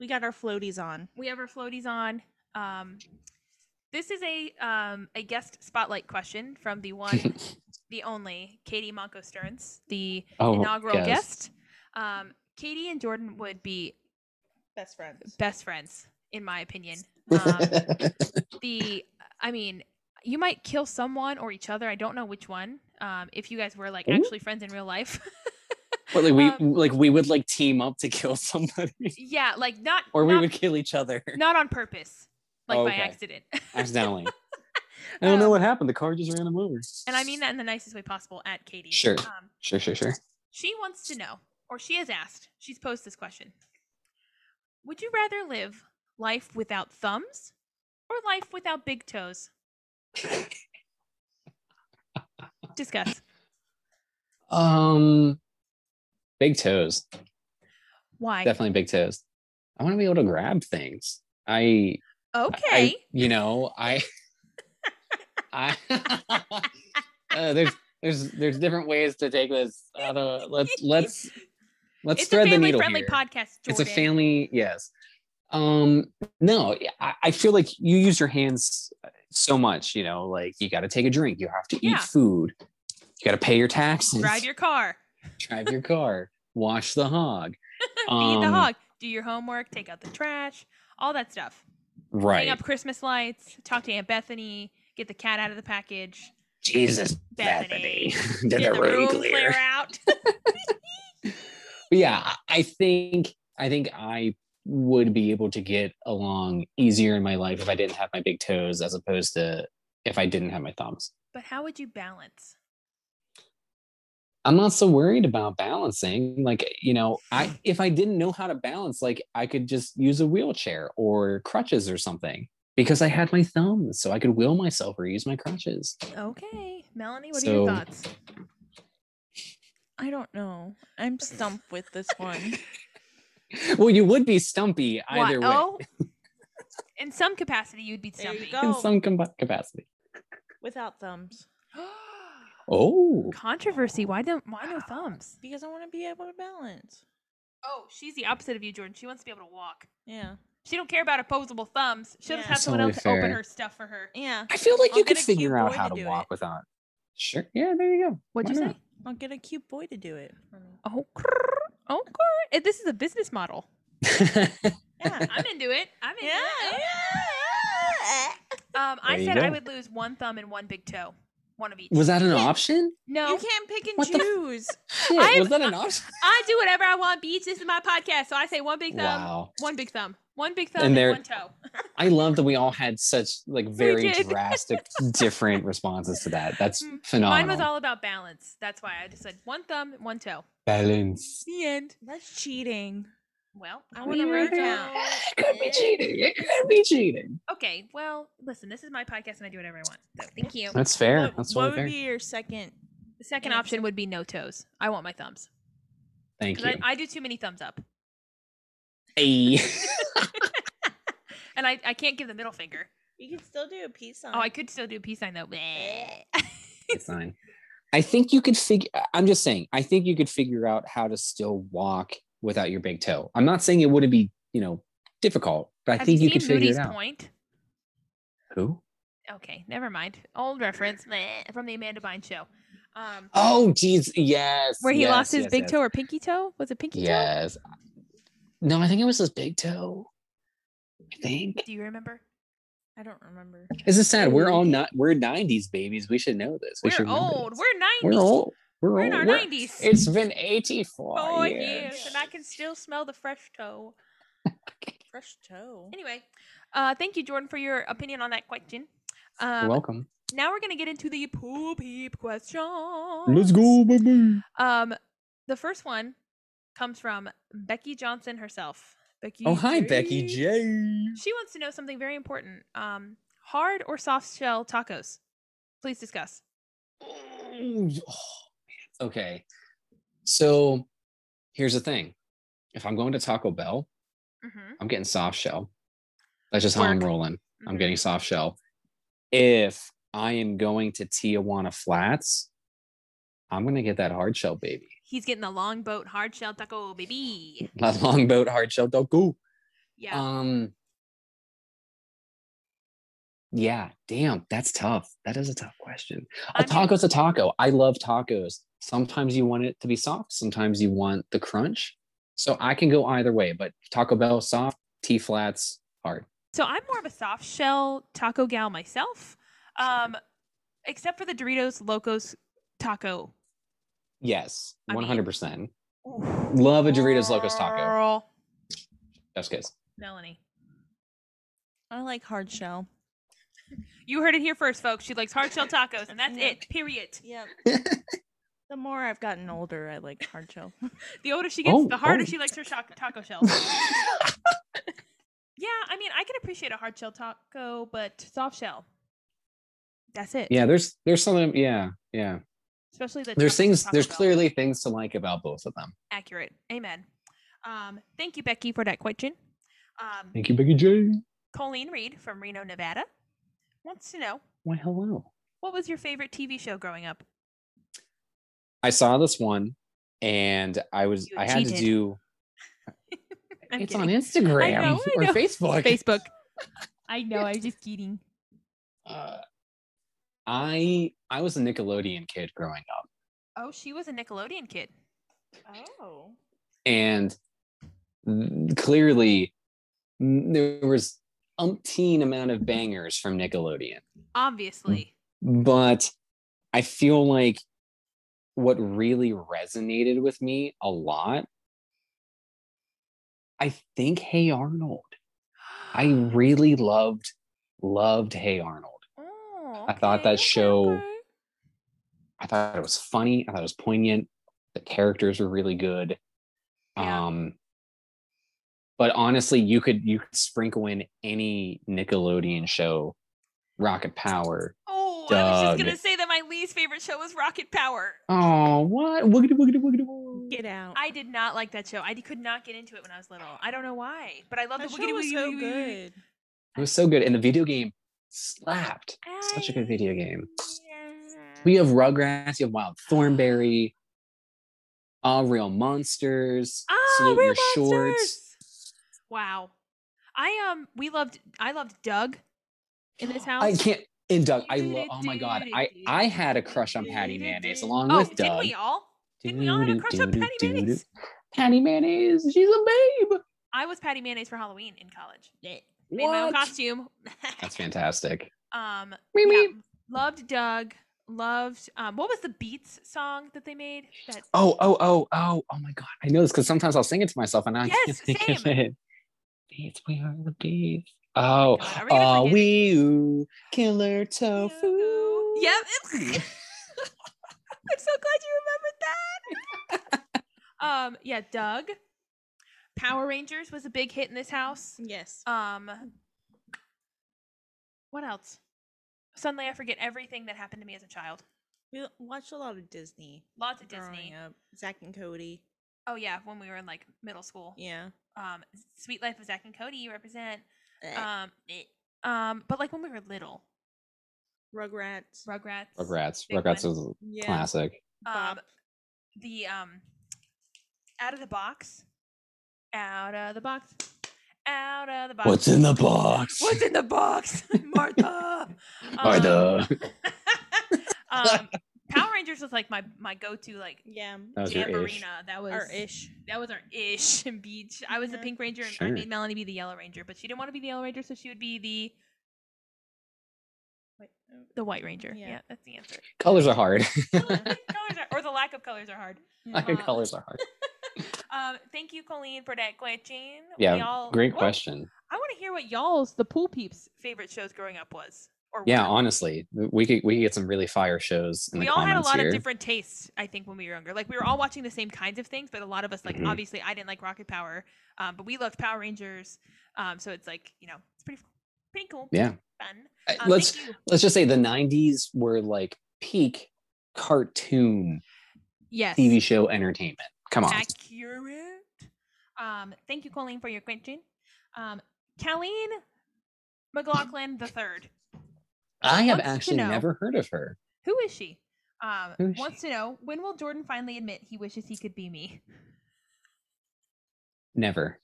C: We got our floaties on.
A: we have our floaties on. Um, this is a um, a guest spotlight question from the one, the only Katie Monko Stearns, the
B: Oh,
A: inaugural
B: yes.
A: guest. Um, Katie and Jordan would be
C: Best friends.
A: best friends, in my opinion. Um, the, I mean, you might kill someone or each other. I don't know which one. Um, if you guys were like
B: Ooh.
A: actually friends in real life,
B: But like we
A: um,
B: like we would like team up to kill somebody,
A: yeah, like not
B: or we
A: not,
B: would kill each other
A: not on purpose, like
B: Oh,
A: by
B: okay.
A: accident.
B: accidentally. I don't know
A: Um,
B: what happened. The car just ran him over.
A: and I mean that in the nicest way possible at Katie.
B: Sure.
A: Um,
B: Sure, sure, sure.
A: She wants to know, or she has asked, she's posed this question Would you rather live life without thumbs or life without big toes? Discuss.
B: Um, big toes.
A: Why?
B: Definitely big toes. I want to be able to grab things. I I-
A: Okay.
B: you know, I, I, Uh, there's, there's, there's different ways to take this. I don't, let's, let's, let's
A: it's a
B: thread the
A: family
B: needle
A: friendly
B: here.
A: podcast. Jordan.
B: It's a family, yes. Um, no, I, I feel like you use your hands so much. You know, like you got to take a drink, you have to
A: Yeah.
B: eat food, you got to pay your taxes,
A: Drive your car,
B: drive your car, wash the hog,
A: feed the
B: Um,
A: hog, do your homework, take out the trash, all that stuff.
B: right?
A: Hang up Christmas lights, talk to Aunt Bethany, get the cat out of the package,
B: Jesus,
A: Bethany.
B: Bethany, did the, room clear.
A: out.
B: But yeah, I- I think I think I would be able to get along easier in my life if I didn't have my big toes, as opposed to if I didn't have my thumbs.
A: But how would you balance?
B: I'm not so worried about balancing. Like, you know,
C: Hmm.
B: I if I didn't know how to balance, like I could just use a wheelchair or crutches or something because I had my thumbs, so I could will myself or use my crutches.
A: Okay, Melanie, what are your
B: So-
A: thoughts?
C: I don't know. I'm stumped with this one.
B: Well, you would be stumpy either
A: Why-
B: way
A: Oh, in some capacity, you'd be
C: There you
A: stumpy.
C: go.
B: in some com- capacity.
C: Without thumbs.
B: Oh,
A: Controversy. Why don't? Why no thumbs?
C: Because I want to be able to balance.
A: Oh, she's the opposite of you, Jordan. She wants to be able to walk.
C: Yeah.
A: She don't care about opposable thumbs. She'll
C: Yeah.
A: just have
B: That's
A: someone
B: totally
A: else open
B: fair.
A: her stuff for her.
C: Yeah.
B: I feel like
C: I'll
B: you could
C: get a cute
B: figure out
C: boy
B: how
C: to
B: to
C: do
B: walk
C: it.
B: without. Sure. Yeah, there you go.
A: What'd
B: Why
A: you
B: not?
A: say?
C: I'll get a cute boy to do it. for me.
A: Oh, oh, this is a business model.
C: Yeah.
A: I'm into it. I'm into
C: yeah.
A: it.
C: yeah.
A: Um, I
B: There you
A: said I
B: go.
A: would lose one thumb and one big toe, one of each.
B: was that an option?
A: no,
C: You can't pick and
B: What the f-
C: choose.
B: Shit,
A: I-
B: was that an option?
A: I do whatever I want, Beach. This is my podcast, so I say one big thumb,
B: Wow.
A: one big thumb, one big thumb,
B: And
A: and,
B: there-
A: one toe.
B: I love that we all had such like very
A: did.
B: drastic different responses to that. That's
A: Mm.
B: phenomenal.
A: Mine was all about balance. That's why I just said one thumb, one toe.
B: balance.
A: The end.
C: That's cheating.
A: Well,
C: I
A: I'm
C: wanna
A: gonna
C: write
A: write
C: down.
A: down.
B: It could be cheating. It could be cheating.
A: Okay, well, listen, this is my podcast, and I do whatever I want. So thank you.
B: That's fair.
C: What,
B: That's
C: what
B: totally
C: would
B: fair.
C: be your second?
A: The second
C: Yeah,
A: option
C: so-
A: would be no toes. I want my thumbs
B: Thank
A: because
B: you.
A: I, I do too many thumbs up,
B: Ayy.
A: and I, I can't give the middle finger.
C: You can still do a peace sign.
A: Oh, I could still do peace sign though. Bleh.
B: It's fine. I think you could figure. I'm just saying. I think you could figure out how to still walk without your big toe. I'm not saying it wouldn't be, you know, difficult, but I
A: Have
B: think you,
A: seen
B: could figure
A: Moody's
B: it out.
A: point?
B: Who?
A: Okay, never mind. Old reference Bleh, from the Amanda Bynes show. Um,
B: Oh, geez, yes.
A: where he
B: yes,
A: lost his
B: yes,
A: big
B: yes.
A: toe or pinky toe? Was it pinky toe?
B: Yes. No, I think it was his big toe. I think.
A: Do you remember?
C: I don't remember.
B: This is sad. We're all
C: Ooh.
B: not. We're '90s babies. We should know this. We
A: We're
B: should remember
A: old.
B: this.
A: We're 90s.
B: We're old. We're,
A: We're
B: old.
A: in our
B: We're-
A: 90s.
B: It's been 84
A: Four
B: years.
A: years, and I can still smell the fresh toe.
C: Fresh toe.
A: Anyway, uh, thank you, Jordan, for your opinion on that question. Um,
B: You're welcome.
A: now we're gonna get into the poo peep question. oh,
B: baby.
A: Um, the first one comes from Becky Johnson herself. Becky.
B: Oh, hi,
A: J.
B: Becky J.
A: She wants to know something very important. Um, hard or soft shell tacos? Please discuss.
B: Mm, oh, man. Okay. So here's the thing. If I'm going to Taco Bell,
A: Mm-hmm.
B: I'm getting soft shell. That's just how I'm
A: Work.
B: rolling. I'm
A: mm-hmm.
B: getting soft shell. If I am going to Tijuana Flats, I'm going to get that hard shell, baby.
A: He's getting the longboat hard shell taco, baby.
B: That longboat hard shell doku.
A: Yeah.
B: Um, yeah, damn, that's tough. That is a tough question.
A: I
B: A
A: mean-
B: taco's a taco. I love tacos. Sometimes you want it to be soft, sometimes you want the crunch. So I can go either way, but Taco Bell soft, T flats hard.
A: So I'm more of a soft shell taco gal myself, um, except for the Doritos Locos taco.
B: Yes,
A: I mean-
B: 100%. Love a Doritos Locos taco.
A: Girl.
B: That's good.
A: Melanie.
C: I like hard shell.
A: You heard it here first, folks. She likes hard shell tacos, and that's
C: Yeah.
A: it. Period.
C: Yep. the more I've gotten older, I like hard shell.
A: The older she gets,
B: Oh,
A: the harder
B: oh.
A: she likes her shock- taco shells. yeah, I mean, I can appreciate a hard shell taco, but soft shell. That's it.
B: yeah, there's there's something yeah, yeah.
A: Especially the tacos
B: There's
A: at
B: things
A: Taco
B: there's
A: Bell.
B: clearly things to like about both of them.
A: accurate. Amen. Um, thank you, Becky, for that question. Um,
B: Thank you, Becky J.
A: Colleen Reed from Reno, Nevada, wants to know
B: Why hello.
A: what was your favorite TV show growing up?
B: I saw this one and I was
A: You
B: I had to
A: cheated.
B: do
A: I'm
B: it's
A: kidding.
B: on Instagram
A: I know, I
B: or
A: know.
B: Facebook.
A: Facebook. I know. I was just kidding.
B: Uh, I I was a Nickelodeon kid growing up
A: Oh, she was a Nickelodeon kid.
C: Oh.
B: and mm, clearly mm, there was umpteen amount of bangers from Nickelodeon.
A: Obviously.
B: but I feel like what really resonated with me a lot, I think Hey Arnold. Mm. I really loved, loved Hey Arnold.
A: Oh,
B: I thought
A: okay,
B: that
A: okay,
B: show-
A: okay.
B: I thought it was funny. I thought it was poignant. The characters were really good.
A: Yeah.
B: Um, but honestly, you could you could sprinkle in any Nickelodeon show, Rocket Power.
A: Oh, I was just
B: Doug.
A: gonna say that my least favorite show was Rocket Power.
B: Oh, what? Woogity woogity woogity woo.
C: Get out.
A: I did not like that show. I d- could not get into it when I was little. I don't know why, but I love the
C: that
A: wiggity
C: show was
A: wiggity
C: so
A: wiggity wiggity.
C: good.
B: It was so good, and the video game slapped. Such a good video game.
A: Yeah.
B: We have Rugrats. You have Wild Thornberry. All real monsters.
A: Ah,
B: Salute
A: Real
B: your shorts.
A: Monsters! Wow. I um we loved I loved Doug in this house.
B: I can't. And Doug, I love. Oh my god, I I had a crush on Patty Mayonnaise along
A: Oh,
B: with
A: didn't
B: Doug.
A: we all? Didn't we all have a crush on Patty
B: Doo-doo-doo-doo-doo.
A: Mayonnaise?
B: Patty Mayonnaise, she's a babe.
A: I was Patty Mayonnaise for Halloween in college. Made my own
B: What?
A: costume.
B: That's fantastic.
A: um yeah,
B: Meep, meep.
A: loved Doug. Loved um what was the Beats song that they made? That
B: Oh, oh, oh, oh, oh my god. I know this because sometimes I'll sing it to myself and I can't
A: Yes,
B: think of
A: same.
B: it. Beats, we are the beats. Oh,
A: God, are we gonna
B: oh,
A: forget it?
B: we ooh, killer tofu.
A: Yep. I'm so glad
B: Hmm.
A: you remembered that. um, yeah, Doug. Power Rangers was a big hit in this house.
C: Yes.
A: Um, what else? Suddenly, I forget everything that happened to me as a child.
C: We watched a lot of Disney.
A: Lots of
B: Oh,
C: Growing
A: Disney.
C: up. Zach and Cody.
A: Oh yeah, when we were in like middle school.
C: Yeah.
A: Um, Sweet Life of Zach and Cody you represent.
C: Eh.
A: Um, eh, um, but like when we were little,
C: Rugrats.
A: Rugrats.
B: Rugrats.
A: Big
B: Rugrats
A: one.
B: is a
C: yeah.
B: classic.
A: um,
C: Bop.
A: the um, out of the box, out of the box, out of the box.
B: What's in the box?
A: What's in the box, Martha?
B: Martha.
A: Um, um, Power Rangers was like my my go to like
C: Yeah.
B: That was your
A: jam
B: ish.
A: arena. That was
C: Or ish.
A: That was our ish and beach. I was the
C: Mhm.
A: Pink Ranger, and I
B: Sure.
A: made Melanie be the Yellow Ranger, but she didn't want to be the Yellow Ranger, so she would be the
C: Wait, oh,
A: the White Ranger.
C: Yeah.
A: Yeah, that's the answer.
B: Colors are hard.
A: colors are, or the lack of colors are hard.
B: Like,
A: Uh,
B: colors are hard.
A: Um, thank you, Colleen, for that question.
B: Yeah,
A: We all-
B: Great
A: Whoa.
B: question.
A: I want to hear what y'all's the pool peeps favorite shows growing up was. Or
B: Yeah,
A: were.
B: honestly, we could we could get some really fire shows in
A: we
B: the
A: all had a
B: comments
A: lot
B: here.
A: of different tastes. I think when we were younger, like we were all watching the same kinds of things, but a lot of us, like
B: Mhm.
A: obviously, I didn't like Rocket Power, um, but we loved Power Rangers. Um, so it's like you know, it's pretty, pretty cool.
B: Yeah.
A: fun.
B: Uh,
A: Um,
B: Let's
A: thank you.
B: let's just say the '90s were like peak cartoon
A: yes,
B: TV show entertainment. Come on,
A: accurate. Um, thank you, Colleen, for your question. Um, Colleen McLaughlin the third.
B: I have
A: wants to
B: actually
A: know-
B: never heard of her.
A: Who is she? Um,
B: Who is
A: wants to know when will Jordan finally admit he wishes he could be me?
B: Never.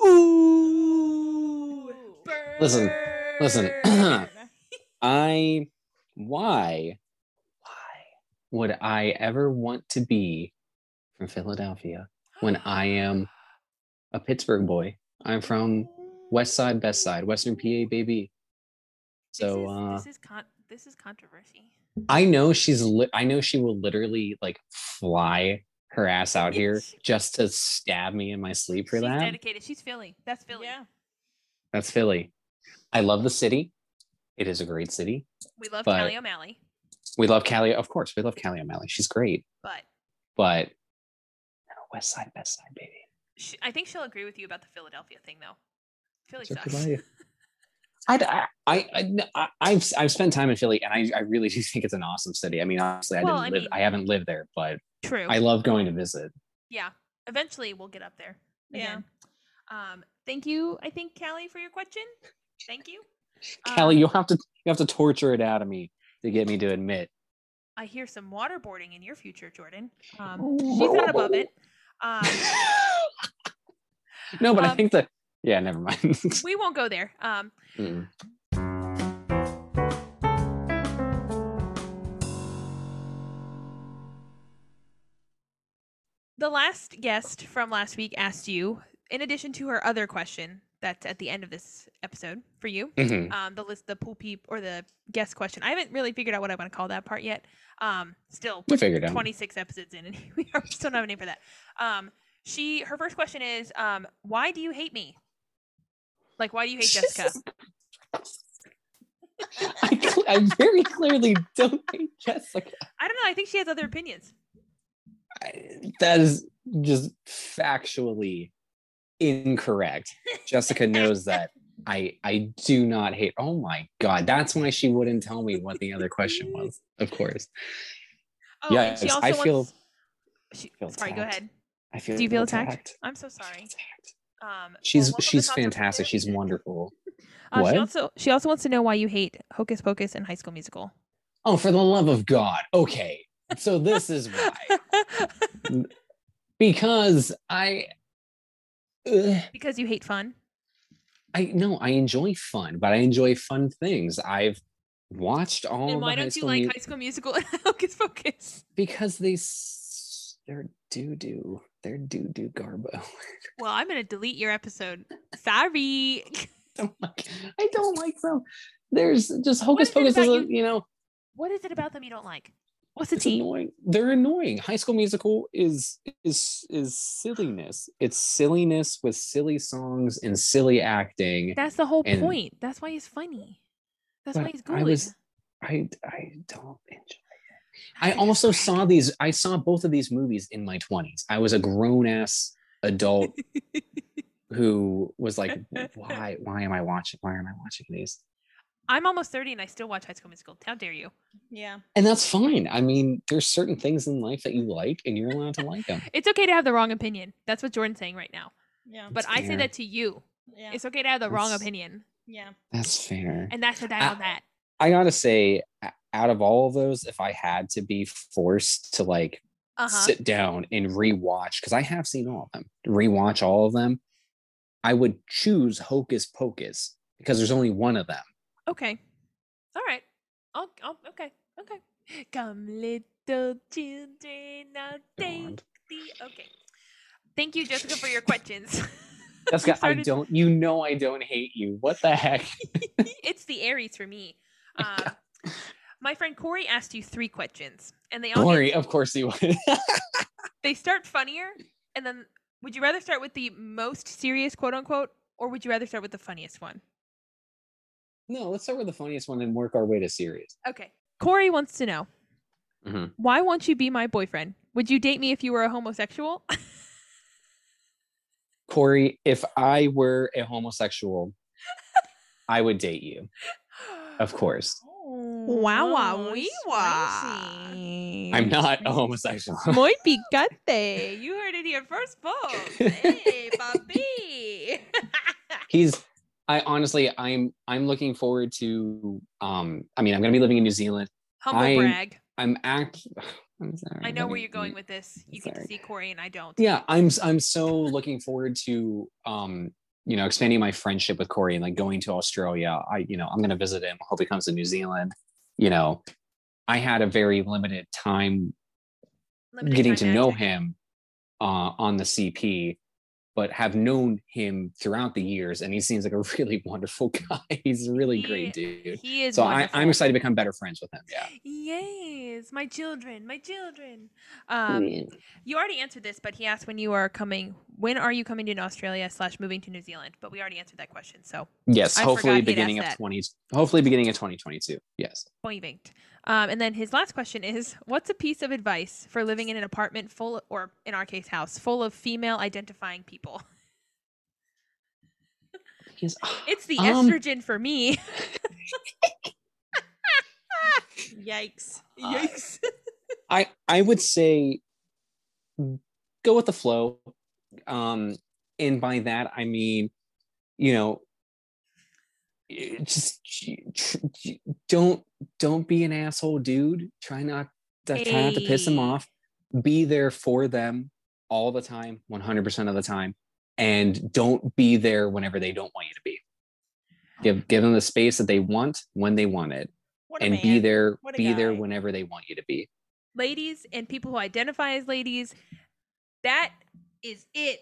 A: Ooh,
B: Listen, listen.
A: burn.
B: I why why would I ever want to be from Philadelphia when I am a Pittsburgh boy? I'm from West Side, Best Side, Western PA, baby. So
A: this is,
B: uh,
A: this is con- this is controversy.
B: I know she's lit. I know she will literally like fly her ass out here just to stab me in my sleep for
A: She's
B: that.
A: dedicated. She's Philly. That's Philly.
C: Yeah.
B: That's Philly. I love the city. It is a great city.
A: We love
B: But-
A: Callie O'Malley,
B: We love Callie, of course. We love Callie O'Malley. She's great,
A: but
B: but no, West Side, Best Side, baby.
A: she, I think she'll agree with you about the Philadelphia thing, though. Philly
B: It's your
A: sucks.
B: Philadelphia. I'd- I, I, I, no, I, I've, I've spent time in Philly, and I, I really do think it's an awesome city. I mean, honestly, I
A: Well,
B: didn't
A: I
B: live,
A: mean-
B: I haven't lived there, but
A: True.
B: I love going to visit.
A: yeah. Eventually, we'll get up there.
C: Yeah.
A: Again. Um. Thank you. I think Callie for your question. Thank you. Um,
B: Callie, you'll have to, you have to torture it out of me to get me to admit.
A: I hear some waterboarding in your future, Jordan. Um, she's not above it. Um,
B: No, but I
A: Um,
B: think that, yeah, never mind.
A: we won't go there. Um,
B: Mm.
A: the last guest from last week asked you, in addition to her other question that's at the end of this episode for you,
B: Mhm.
A: um, the list, the pool peep, or the guest question. I haven't really figured out what I want to call that part yet. Um, still,
B: We'll figure it out.
A: 26 episodes in, and we are still not have a name for that. Um, she her first question is, um, why do you hate me? Like, why do you hate Jessica?
B: I, cl- I very clearly don't hate Jessica.
A: I don't know. I think she has other opinions.
B: I- that is just factually incorrect. Jessica knows that I I do not hate. Oh my god, that's why she wouldn't tell me what the other question was. Of course,
A: Oh, and
B: Yes, I feel-
A: wants- She,
B: feel
A: sorry, go
B: attacked.
A: attacked. ahead.
B: I feel.
A: Do you feel attacked? I'm so
B: I feel
A: sorry.
B: attacked.
A: Um, well,
B: She's
A: welcome to
B: she's
A: Thoughts on
B: fantastic.
A: Therapy.
B: She's wonderful.
A: Uh,
B: what?
A: She also she also wants to know why you hate Hocus Pocus and High School Musical.
B: Oh, for the love of God! Okay, so this is why because I. Ugh.
A: because you hate fun.
B: I no, I enjoy fun, but I enjoy fun things. I've watched all.
A: Then
B: the
A: why
B: High
A: don't you
B: School
A: like
B: Mu-
A: High School Musical and Hocus Pocus?
B: because they s- they're doo doo. They're doo doo garbo.
A: Well, I'm gonna delete your episode. Sorry.
B: don't like, I don't like them. There's just
A: is
B: hocus
A: it
B: pocus
A: about
B: is a,
A: you-
B: you know
A: what is it about them you don't like? What's the
B: it's
A: tea?
B: annoying. They're annoying. High School Musical is is is silliness. It's silliness with silly songs and silly acting.
A: That's the whole
B: And-
A: point. That's why he's funny. That's why
B: But
A: he's good.
B: I was- I I don't enjoy. I also saw these. I saw both of these movies in my twenties. I was a grown ass adult who was like, "Why? Why am I watching? Why am I watching these?"
A: I'm almost 30 and I still watch High School Musical. How dare you?
C: Yeah.
B: And that's fine. I mean, there's certain things in life that you like, and you're allowed to like them.
A: It's okay to have the wrong opinion. That's what Jordan's saying right now.
C: Yeah.
A: But I say
B: fair.
A: that to you.
C: yeah.
A: It's okay to have the wrong
B: That's-
A: opinion.
C: yeah.
B: That's fair.
A: And that's the that
B: I-
A: on that.
B: I gotta say, o- out of all of those, if I had to be forced to like
A: Uh huh.
B: sit down and rewatch, because I have seen all of them, rewatch all of them, I would choose Hocus Pocus because there's only one of them.
A: Okay. All right. I'll, I'll, okay. Okay. Come, little children, now take
B: God.
A: the. Okay. Thank you, Jessica, for your questions.
B: That's
A: You
B: got, I
A: started-
B: don't, you know, I don't hate you. What the heck?
A: it's the Aries for me. Um, My friend Corey asked you three questions, and they all
B: Corey,
A: get-
B: of course you would.
A: they start funnier, and then would you rather start with the most serious quote unquote, or would you rather start with the funniest one?
B: no, let's start with the funniest one and work our way to serious.
A: Okay. Corey wants to know
B: Mhm.
A: why won't you be my boyfriend? Would you date me if you were a homosexual?
B: Corey, if I were a homosexual, I would date you, of course.
C: Wow,
A: wow, wee wah.
B: I'm not a homosexual.
A: Muy picante. You heard it here first, folks. Hey, papi.
B: he's i honestly i'm i'm looking forward to um i mean i'm gonna be living in new zealand
A: Humble
B: I-
A: brag.
B: i'm act I'm sorry,
A: I know where
B: buddy.
A: you're going with this. You get to
B: Sorry.
A: see Corey, and I don't.
B: yeah i'm s- i'm so looking forward to um you know expanding my friendship with corey and like going to australia i you know i'm gonna visit him hope he comes to new zealand you know i had a very limited time
A: Limited
B: getting
A: time
B: to
A: to
B: know
A: act.
B: him uh, on the CP, but have known him throughout the years, and he seems like a really wonderful guy. He's a really great dude.
A: He is
B: So I, I'm
A: wonderful.
B: excited to become better friends with him. Yeah.
A: Yes, my children, my children. Um, You already answered this, but he asked when you are coming. When are you coming to Australia slash moving to New Zealand? But we already answered that question, so
B: yes.
A: I forgot
B: Hopefully,
A: he had
B: beginning
A: asked
B: of
A: that.
B: 20. Hopefully, beginning of 2022. Yes.
A: point banked. Um, and then his last question is: What's a piece of advice for living in an apartment full, or in our case, house full of female identifying people?
B: He's,
A: It's the
B: Um,
A: estrogen for me.
C: Yikes.
B: Yikes. I I would say go with the flow. Um, and by that I mean, you know, eh, just tr- tr- don't don't be an asshole, dude. Try not to, try not to piss them
A: Hey.
B: off. Be there for them all the time, one hundred percent of the time, and don't be there whenever they don't want you to be. Give give them the space that they want when they want it,
C: What a
B: and
C: man.
B: be there
C: What a
B: be there
C: guy.
B: whenever they want you to be.
A: ladies and people who identify as ladies, that is it.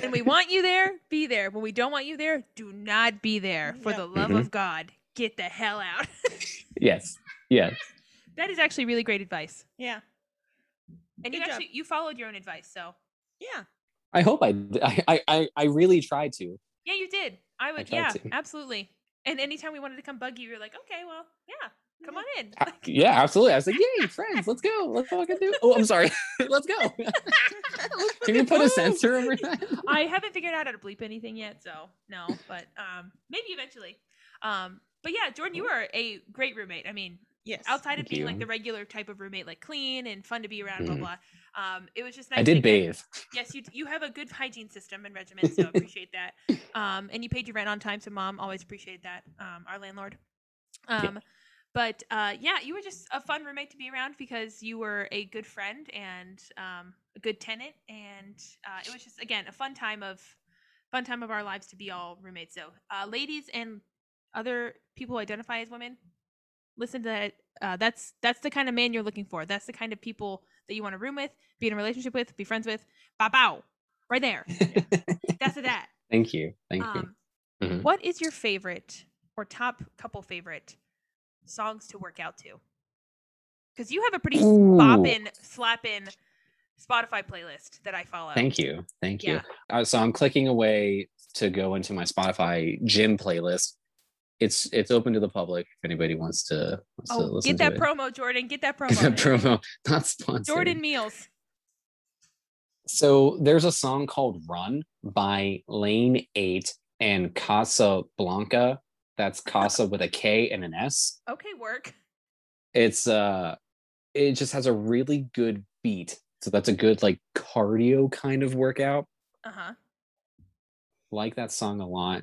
A: When we want you there, be there. When we don't want you there, do not be there. For
C: Yeah.
A: the love of God, get the hell out.
B: Yes. Yes.
A: that is actually really great advice.
C: Yeah.
A: And you
C: Good job.
A: actually you followed your own advice, so
C: Yeah.
B: I hope I, I, I, I really tried to.
A: yeah, you did. I would,
B: tried
A: yeah,
B: to.
A: absolutely. And anytime we wanted to come bug you, you're like, okay, well, yeah, come on in.
B: I- yeah, absolutely. I was like, yay, friends, let's go. Let's fucking do. Oh, I'm sorry. let's go. Can you put a sensor over that?
A: I haven't figured out how to bleep anything yet, so no, but um, maybe eventually. Um, but yeah, Jordan, you are a great roommate. I mean,
C: Yes.
A: outside of
B: Thank
A: being like
B: you.
A: the regular type of roommate, like clean and fun to be around,
B: Mhm.
A: blah blah. Um, it was just nice.
B: I did
A: to get-
B: bathe.
A: Yes, you d- you have a good hygiene system and regimen, so I appreciate that. Um, and you paid your rent on time, so mom always appreciated that. Um, our landlord. Um, but uh, yeah, you were just a fun roommate to be around because you were a good friend and um, a good tenant, and uh, it was just again a fun time of fun time of our lives to be all roommates. So, uh, ladies and other people who identify as women, listen to that. Uh, that's that's the kind of man you're looking for. That's the kind of people that you want to room with, be in a relationship with, be friends with. Bow bow, right there. That's a that.
B: Thank you. Thank you.
A: Um,
B: Mhm.
A: what is your favorite or top couple favorite songs to work out to? Because you have a pretty
B: Ooh.
A: boppin', slappin' Spotify playlist that I follow.
B: Thank you. Thank you.
A: Yeah.
B: Uh, so I'm clicking away to go into my Spotify gym playlist. It's it's open to the public if anybody wants to, wants to
A: Oh,
B: listen
A: get that
B: to it.
A: promo, Jordan. Get that
B: Get
A: promo.
B: that promo. Not sponsored.
A: Jordan Meals.
B: So there's a song called Run by Lane 8 and Casablanca. That's Casa with a K and an S.
A: Okay, work.
B: It's uh it just has a really good beat. So that's a good like cardio kind of workout.
A: Uh huh.
B: like that song a lot.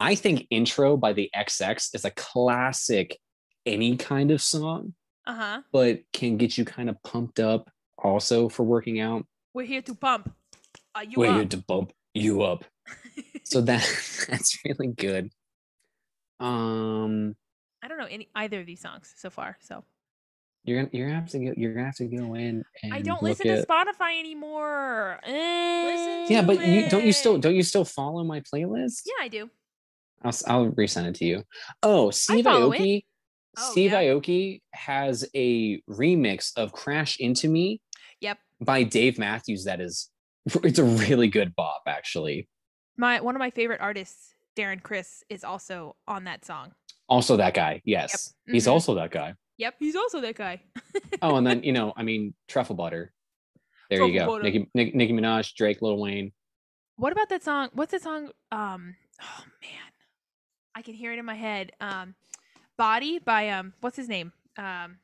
B: I think Intro by the XX is a classic any kind of song,
A: Uh huh.
B: but can get you kind of pumped up also for working out.
A: We're here to bump. Uh, you
B: Where
A: up.
B: you to bump you up. So that that's really good. Um
A: I don't know any either of these songs so far. So
B: you're gonna you're gonna have to go you're gonna have to go in and
A: I don't
B: look
A: listen to
B: at-
A: Spotify anymore. Listen
B: Yeah,
A: to
B: but you don't you still
A: it.
B: don't you still follow my playlist?
A: Yeah, I do.
B: I'll s- I'll resend it to you. Oh, Steve
A: follow it.
B: Aoki.
A: Oh,
B: Steve
A: yeah.
B: Aoki has a remix of "Crash Into Me"
A: Yep.
B: by Dave Matthews. That is, it's a really good bop, actually.
A: my one of my favorite artists, Darren Chris, is also on that song.
B: Also, that guy. Yes, he's
A: Mhm.
B: also that guy.
A: Yep, he's also that guy.
B: Oh, and then you know, I mean, Truffle Butter. There you
A: Truffle
B: go.
A: Butter.
B: Nicki, Nick, Nicki Minaj, Drake, Lil Wayne.
A: What about that song? What's that song? Um, oh man, I can hear it in my head. Um, Body by um, what's his name? Um,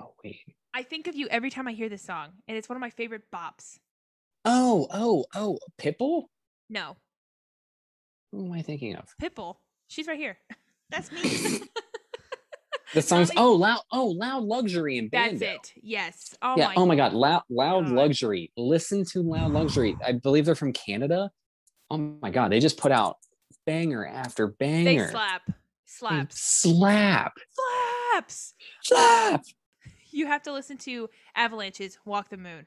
B: Oh wait.
A: I think of you every time I hear this song, and it's one of my favorite bops.
B: Oh oh oh, Pitbull.
A: No,
B: Who am I thinking of?
A: Pitbull. She's right here.
C: That's me.
B: The song's
A: Mommy-
B: oh loud oh loud luxury and
A: That's
B: Bando.
A: it. Yes. Oh
B: yeah.
A: my.
B: oh my God. Loud, loud
A: God.
B: luxury. Listen to loud luxury. I believe they're from Canada. Oh my God. They just put out banger after
A: They
B: banger.
A: slap.
B: Mm,
A: Slaps.
B: Slap.
A: Slaps.
B: Slap.
A: You have to listen to Avalanche's "Walk the Moon"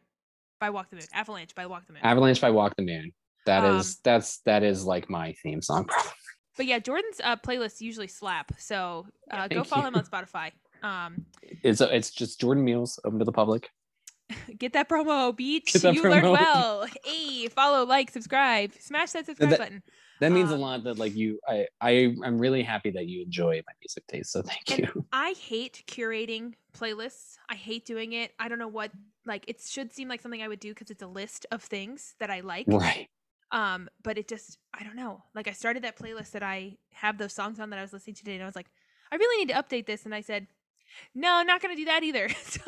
A: by Walk the Moon. Avalanche by Walk the Moon.
B: Avalanche by Walk the Moon. That is.
A: Um,
B: that's that is like my theme song. probably.
A: But yeah, Jordan's uh, playlists usually slap. So uh, go
B: thank
A: follow
B: you.
A: him on Spotify. Um,
B: It's it's just Jordan Meals open to the public.
A: get that promo, beach.
B: Get that
A: you learn
B: promo.
A: well. Hey, follow, like, subscribe, smash that subscribe
B: that-
A: button.
B: That means a
A: Um,
B: lot. That like you, I I I'm really happy that you enjoy my music taste. So thank
A: And-
B: you.
A: I hate curating playlists. I hate doing it. I don't know what like it should seem like something I would do because it's a list of things that I like.
B: Right.
A: Um, but it just I don't know. Like I started that playlist that I have those songs on that I was listening to today, and I was like, I really need to update this. And I said, No, I'm not gonna do that either. so,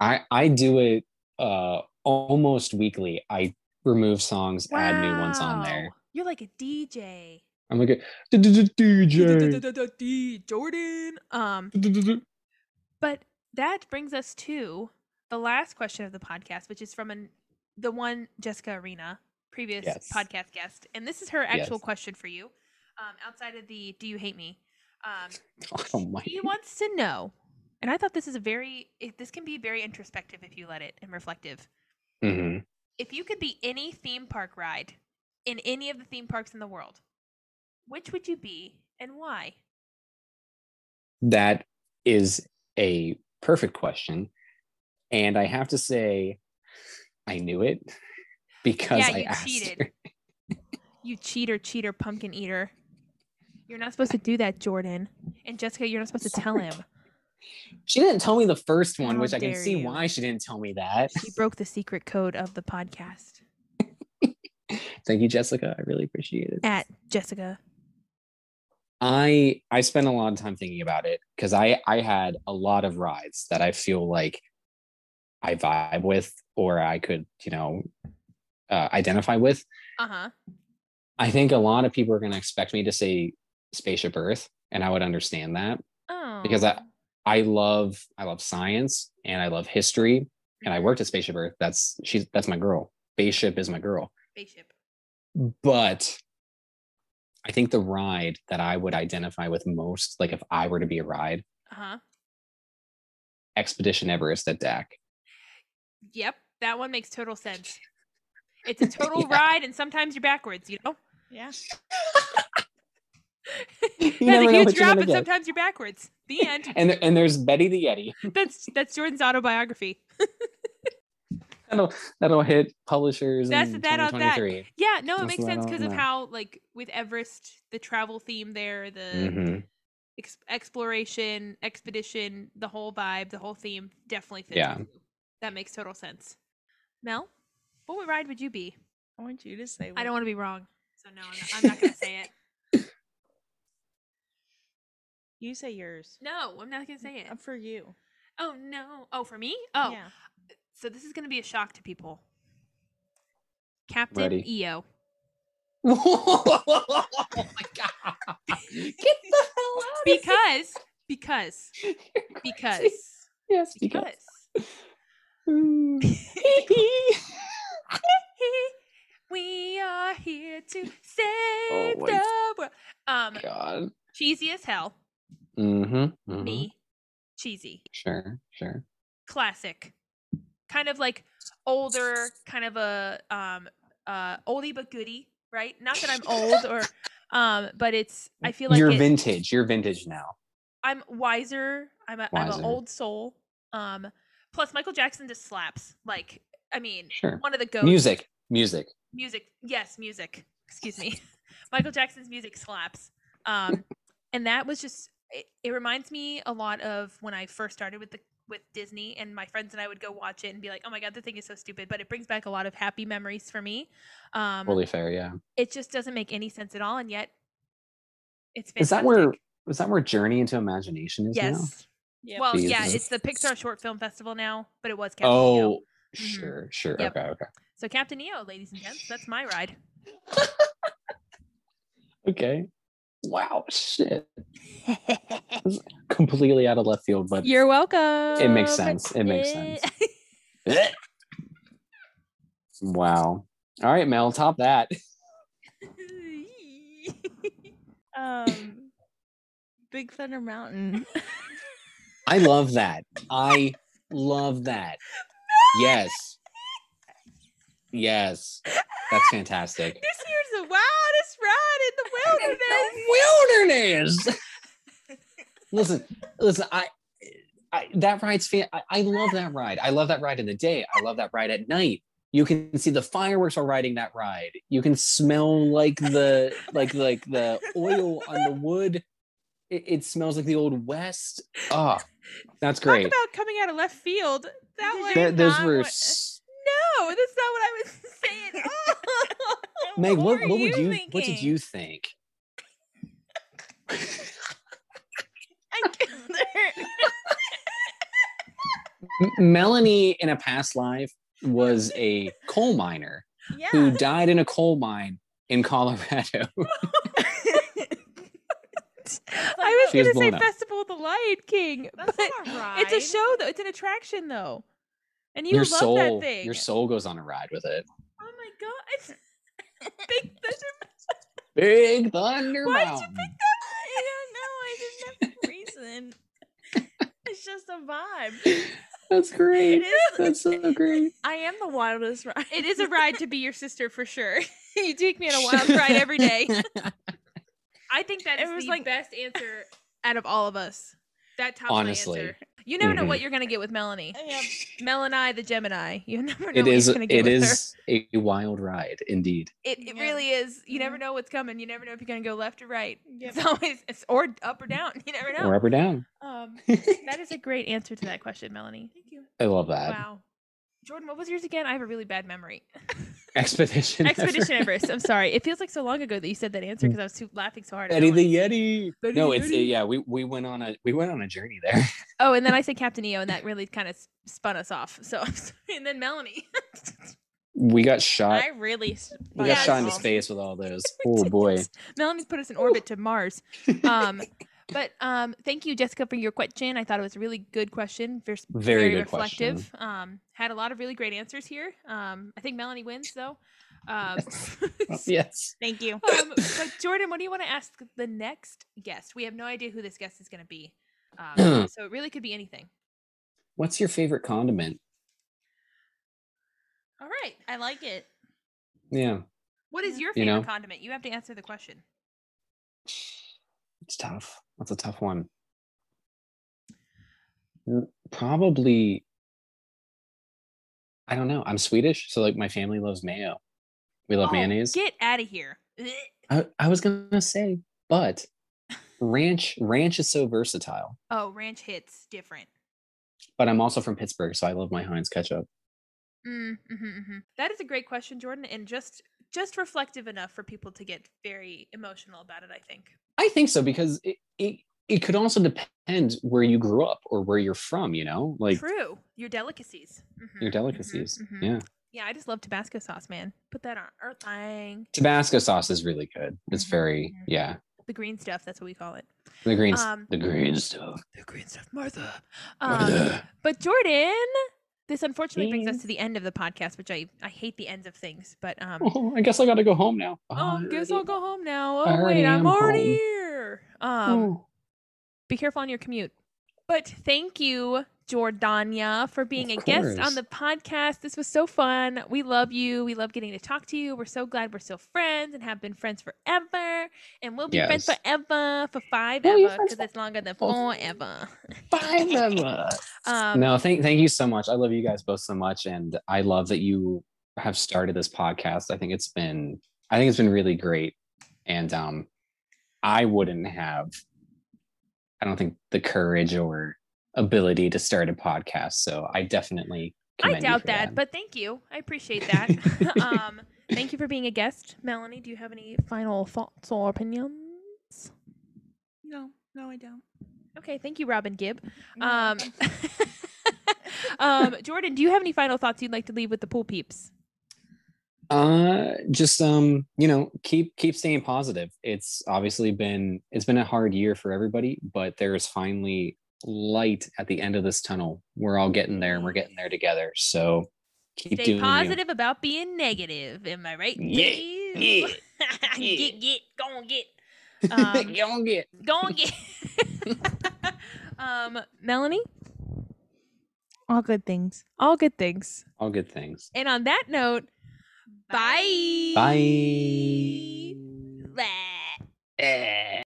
B: I I do it uh almost weekly. I remove songs, add new ones on there.
A: Wow. You're like a DJ.
B: I'm like a DJ.
A: D Jordan. Um, but that brings us to the last question of the podcast, which is from an, the one Jessica Arena, previous
B: Yes.
A: podcast guest, and this is her actual
B: Yes.
A: question for you. Um, outside of the "Do you hate me?" Um,
B: Oh my.
A: he wants to know, and I thought this is a very it, this can be very introspective if you let it and reflective.
B: Mhm.
A: If you could be any theme park ride in any of the theme parks in the world, which would you be and why?
B: That is a perfect question. And I have to say I knew it because
A: Yeah,
B: I
A: you
B: asked
A: cheated.
B: her.
A: You cheater, cheater, pumpkin eater. You're not supposed to do that, Jordan. And Jessica, you're not supposed to tell him.
B: She didn't tell me the first one,
A: How
B: which I can
A: dare
B: see
A: you.
B: why she didn't tell me that.
A: She broke the secret code of the podcast
B: Thank you, Jessica. I really appreciate it.
A: at Jessica.
B: I I spent a lot of time thinking about it because I I had a lot of rides that I feel like I vibe with or I could you know uh, identify with.
A: Uh huh.
B: I think a lot of people are going to expect me to say Spaceship Earth, and I would understand that.
A: Oh.
B: Because I- I love I love science and I love history, and I worked at Spaceship Earth. That's she's that's my girl. Spaceship is my girl.
A: spaceship.
B: but I think the ride that I would identify with most, like if I were to be a ride,
A: Uh huh.
B: Expedition Everest at DAC.
A: Yep. That one makes total sense. It's a total
B: Yeah.
A: ride, and sometimes you're backwards. You know.
C: Yeah.
B: You
A: That's
B: never
A: a
B: know
A: huge
B: what you're
A: drop,
B: gonna
A: and
B: get.
A: sometimes you're backwards. The end.
B: And there, and there's Betty the Yeti.
A: That's that's Jordan's autobiography.
B: That'll that'll hit publishers
A: That's
B: in
A: that on that.
B: 2023.
A: Yeah, no, it
B: Must
A: makes
B: let
A: sense
B: out
A: because of
B: now.
A: how like with Everest, the travel theme there, the
B: Mhm.
A: ex- exploration, expedition, the whole vibe, the whole theme definitely fits.
B: Yeah.
A: with you. That makes total sense. Mel, what ride would you be?
C: I want you to say.
A: I don't want to be wrong, so no, I'm not, I'm not gonna say it.
C: You say yours.
A: No, I'm not gonna say it.
C: Uh, for you.
A: Oh no. Oh, for me? Oh,
C: Yeah.
A: so this is gonna be a shock to people. Captain E
B: Ready.
A: EO. Mm-hmm.
B: oh my god! Get the hell out!
A: Because, because, because,
B: yes, because.
A: because. we are here to save
B: my
A: the world. Um,
B: God.
A: cheesy as hell.
B: Mm-hmm. hmm
A: Me, cheesy,
B: Sure. Sure.
A: classic, kind of like older, kind of a um uh oldie but goodie, right? Not that I'm old or um, but it's I feel like
B: you're
A: it-
B: vintage. You're vintage now.
A: I'm wiser. I'm a am
B: Wiser.
A: an old soul. Um, plus Michael Jackson just slaps. Like I mean,
B: Sure.
A: one of the go
B: Music. Music.
A: music yes music excuse me michael jackson's music slaps um and that was just it, it reminds me a lot of when i first started with the with disney and my friends and i would go watch it and be like oh my god the thing is so stupid but it brings back a lot of happy memories for me um
B: Fully fair. Yeah.
A: it just doesn't make any sense at all and yet it's fantastic.
B: Is that where was that where Journey into Imagination is now?
A: yes
C: Yeah.
A: well yeah
B: Jesus.
A: it's the pixar short film festival now but it was captain
B: Oh,
A: neo Mhm.
B: sure, sure.
A: Yep.
B: Okay, okay.
A: so captain neo ladies and gents that's my ride
B: Okay. Wow, shit. Completely out of left field, but
A: you're welcome
B: it makes sense. It
A: Eh.
B: makes sense. Blech. wow. All right, Mel, top that.
C: um, Big Thunder Mountain.
B: I love that. I love that. Yes. Yes. That's fantastic.
A: This here's the wildest ride in the wilderness.
B: wilderness. listen, listen. I, I that ride's fan. I, I love that ride. I love that ride in the day. I love that ride at night. You can see the fireworks while riding that ride. You can smell like the like like the oil on the wood. It, it smells like the old west. Oh, that's
A: Talk
B: great.
A: about coming out of left field. That
C: Did
A: was
C: you
B: Th- those
C: not
B: were.
C: what-
B: s-
A: no. That's not what I was saying. Oh,
B: Meg, what,
A: were
B: what would you what did
A: thinking?
B: you think?
C: I killed her.
B: M- Melanie in a past life was a coal miner. who
C: Yeah.
B: died in a coal mine in Colorado.
A: I was
B: She
A: gonna
B: was
A: say
B: blown up.
A: Festival of the Lion King,
C: That's
A: but
C: not a ride.
A: it's a show though. It's an attraction though, and you
B: your
A: love
B: soul,
A: that thing.
B: your soul goes on a ride with it.
A: Oh my god! Big Thunder.
B: Big Thunder
A: Why did you
B: Mountain.
C: I don't know. I didn't have a reason. it's just a vibe.
B: That's
C: It
B: great.
C: is.
B: That's so great.
C: I am the wildest ride.
A: It is a ride to be your sister for sure. you take me on a wild ride every day. I think that
C: It
A: is
C: was
A: the
C: like-
A: best answer out of all of us. That top
B: Honestly,
A: answer. You never know
B: Mhm.
A: what you're gonna get with Melanie. Melanie the Gemini. You never know
B: It
A: what
B: is
A: you're gonna get
B: it
A: with her.
B: is a wild ride indeed.
A: It, it
C: Yeah.
A: really is. You never
C: Yeah.
A: know what's coming. You never know if you're gonna go left or right.
C: Yep.
A: It's always it's or up or down. You never know.
B: Or up or down.
A: Um, that is a great answer to that question, Melanie.
C: Thank you.
B: I love that.
A: Wow. Jordan, what was yours again? I have a really bad memory.
B: Expedition.
A: Expedition Everest. I'm sorry. It feels like so long ago that you said that answer because I was too laughing so hard. at
B: Mm. Eddie
A: Ellen.
B: the Yeti.
A: Betty
B: no,
A: the
B: it's
A: Yeti.
B: yeah. We we went on a we went on a journey there.
A: Oh, and then I said Captain EO, and that really kind of spun us off. So, I'm sorry. and then Melanie.
B: We got shot.
A: I really spun
B: we got
A: us
B: shot into
A: off.
B: space with all those. Oh boy.
A: Melanie's put us in orbit to Mars. Um, but um, thank you, Jessica, for your question. I thought it was a really good question. vers-
B: Very good
A: reflective. Um, had a lot of really great answers here. Um, I think Melanie wins though. Um,
B: Oh, yes.
C: Thank you.
A: um, but Jordan, what do you want to ask the next guest? We have no idea who this guest is going to be, um, so it really could be anything.
B: What's your favorite condiment?
A: All right.
C: I like it.
B: Yeah,
A: What is your
B: You
A: favorite
B: know?
A: condiment? You have to answer the question.
B: it's tough. That's a tough one. Mm, Probably. I don't know. I'm Swedish, so like my family loves mayo. We love
A: Oh,
B: mayonnaise.
A: Get out of here. Ugh.
B: I, I was gonna say, but ranch ranch is so versatile.
A: Oh, ranch hits different.
B: But I'm also from Pittsburgh, so I love my Heinz ketchup.
A: Mm,
B: mm-hmm,
A: mhm, mhm. That is a great question, Jordan, and just just reflective enough for people to get very emotional about it. I think.
B: I think so because it, it it could also depend where you grew up or where you're from. You know, like
A: True. Your delicacies. Mhm,
B: your
A: mhm,
B: delicacies.
A: mhm.
B: Yeah,
A: Yeah, I just love Tabasco sauce, man. Put that on earth thing.
B: Tabasco sauce is really good. It's
A: Mhm,
B: very
A: mhm.
B: yeah.
A: The green stuff. That's what we call it.
B: The green s-
A: Um,
B: the green stuff.
A: the green stuff, Martha. Um,
B: Ugh.
A: but Jordan, this unfortunately brings us to the end of the podcast, which I I hate the ends of things. But um,
B: oh, I guess I got to go home now.
A: Oh, guess I'll go home now.
B: I
A: Oh
B: already
A: wait, I'm
B: am
A: already
B: home.
A: here. Um,
B: Oh.
A: be careful on your commute. But thank you, Jordania, for being
B: Of
A: a guest on
B: course.
A: the podcast. This was so fun. We love you. We love getting to talk to you. We're so glad we're still friends and have been friends forever. And we'll be friends
B: Yes.
A: forever for five
B: We'll be
A: ever
B: friends
A: because it's longer than
B: for-
A: forever.
B: Five of us.
A: Um,
B: no, thank thank you so much. I love you guys both so much, and I love that you have started this podcast. I think it's been I think it's been really great, and um, I wouldn't have, I don't think the courage or ability to start a podcast. So I definitely
A: I
B: commend you
A: doubt
B: for
A: that, but thank you. I appreciate that. um, thank you for being a guest. Melanie, do you have any final thoughts or opinions?
C: No, no, I don't.
A: Okay, thank you, Robin Gibb.
C: You're
A: Um,
C: welcome.
A: um, Jordan, do you have any final thoughts you'd like to leave with the pool peeps?
B: uh just um you know keep keep staying positive it's obviously been it's been a hard year for everybody but there's finally light at the end of this tunnel we're all getting there and we're getting there together so keep
A: Stay
B: doing
A: positive about being negative. Am I right?
B: Yeah,
A: Dave?
B: yeah.
A: get get go on get
B: you.
A: um,
B: you don't get
A: go on get. um, Melanie,
C: All good things.
A: all good things.
B: all good things
A: And on that note, bye.
B: bye
A: Blah.
B: Eh.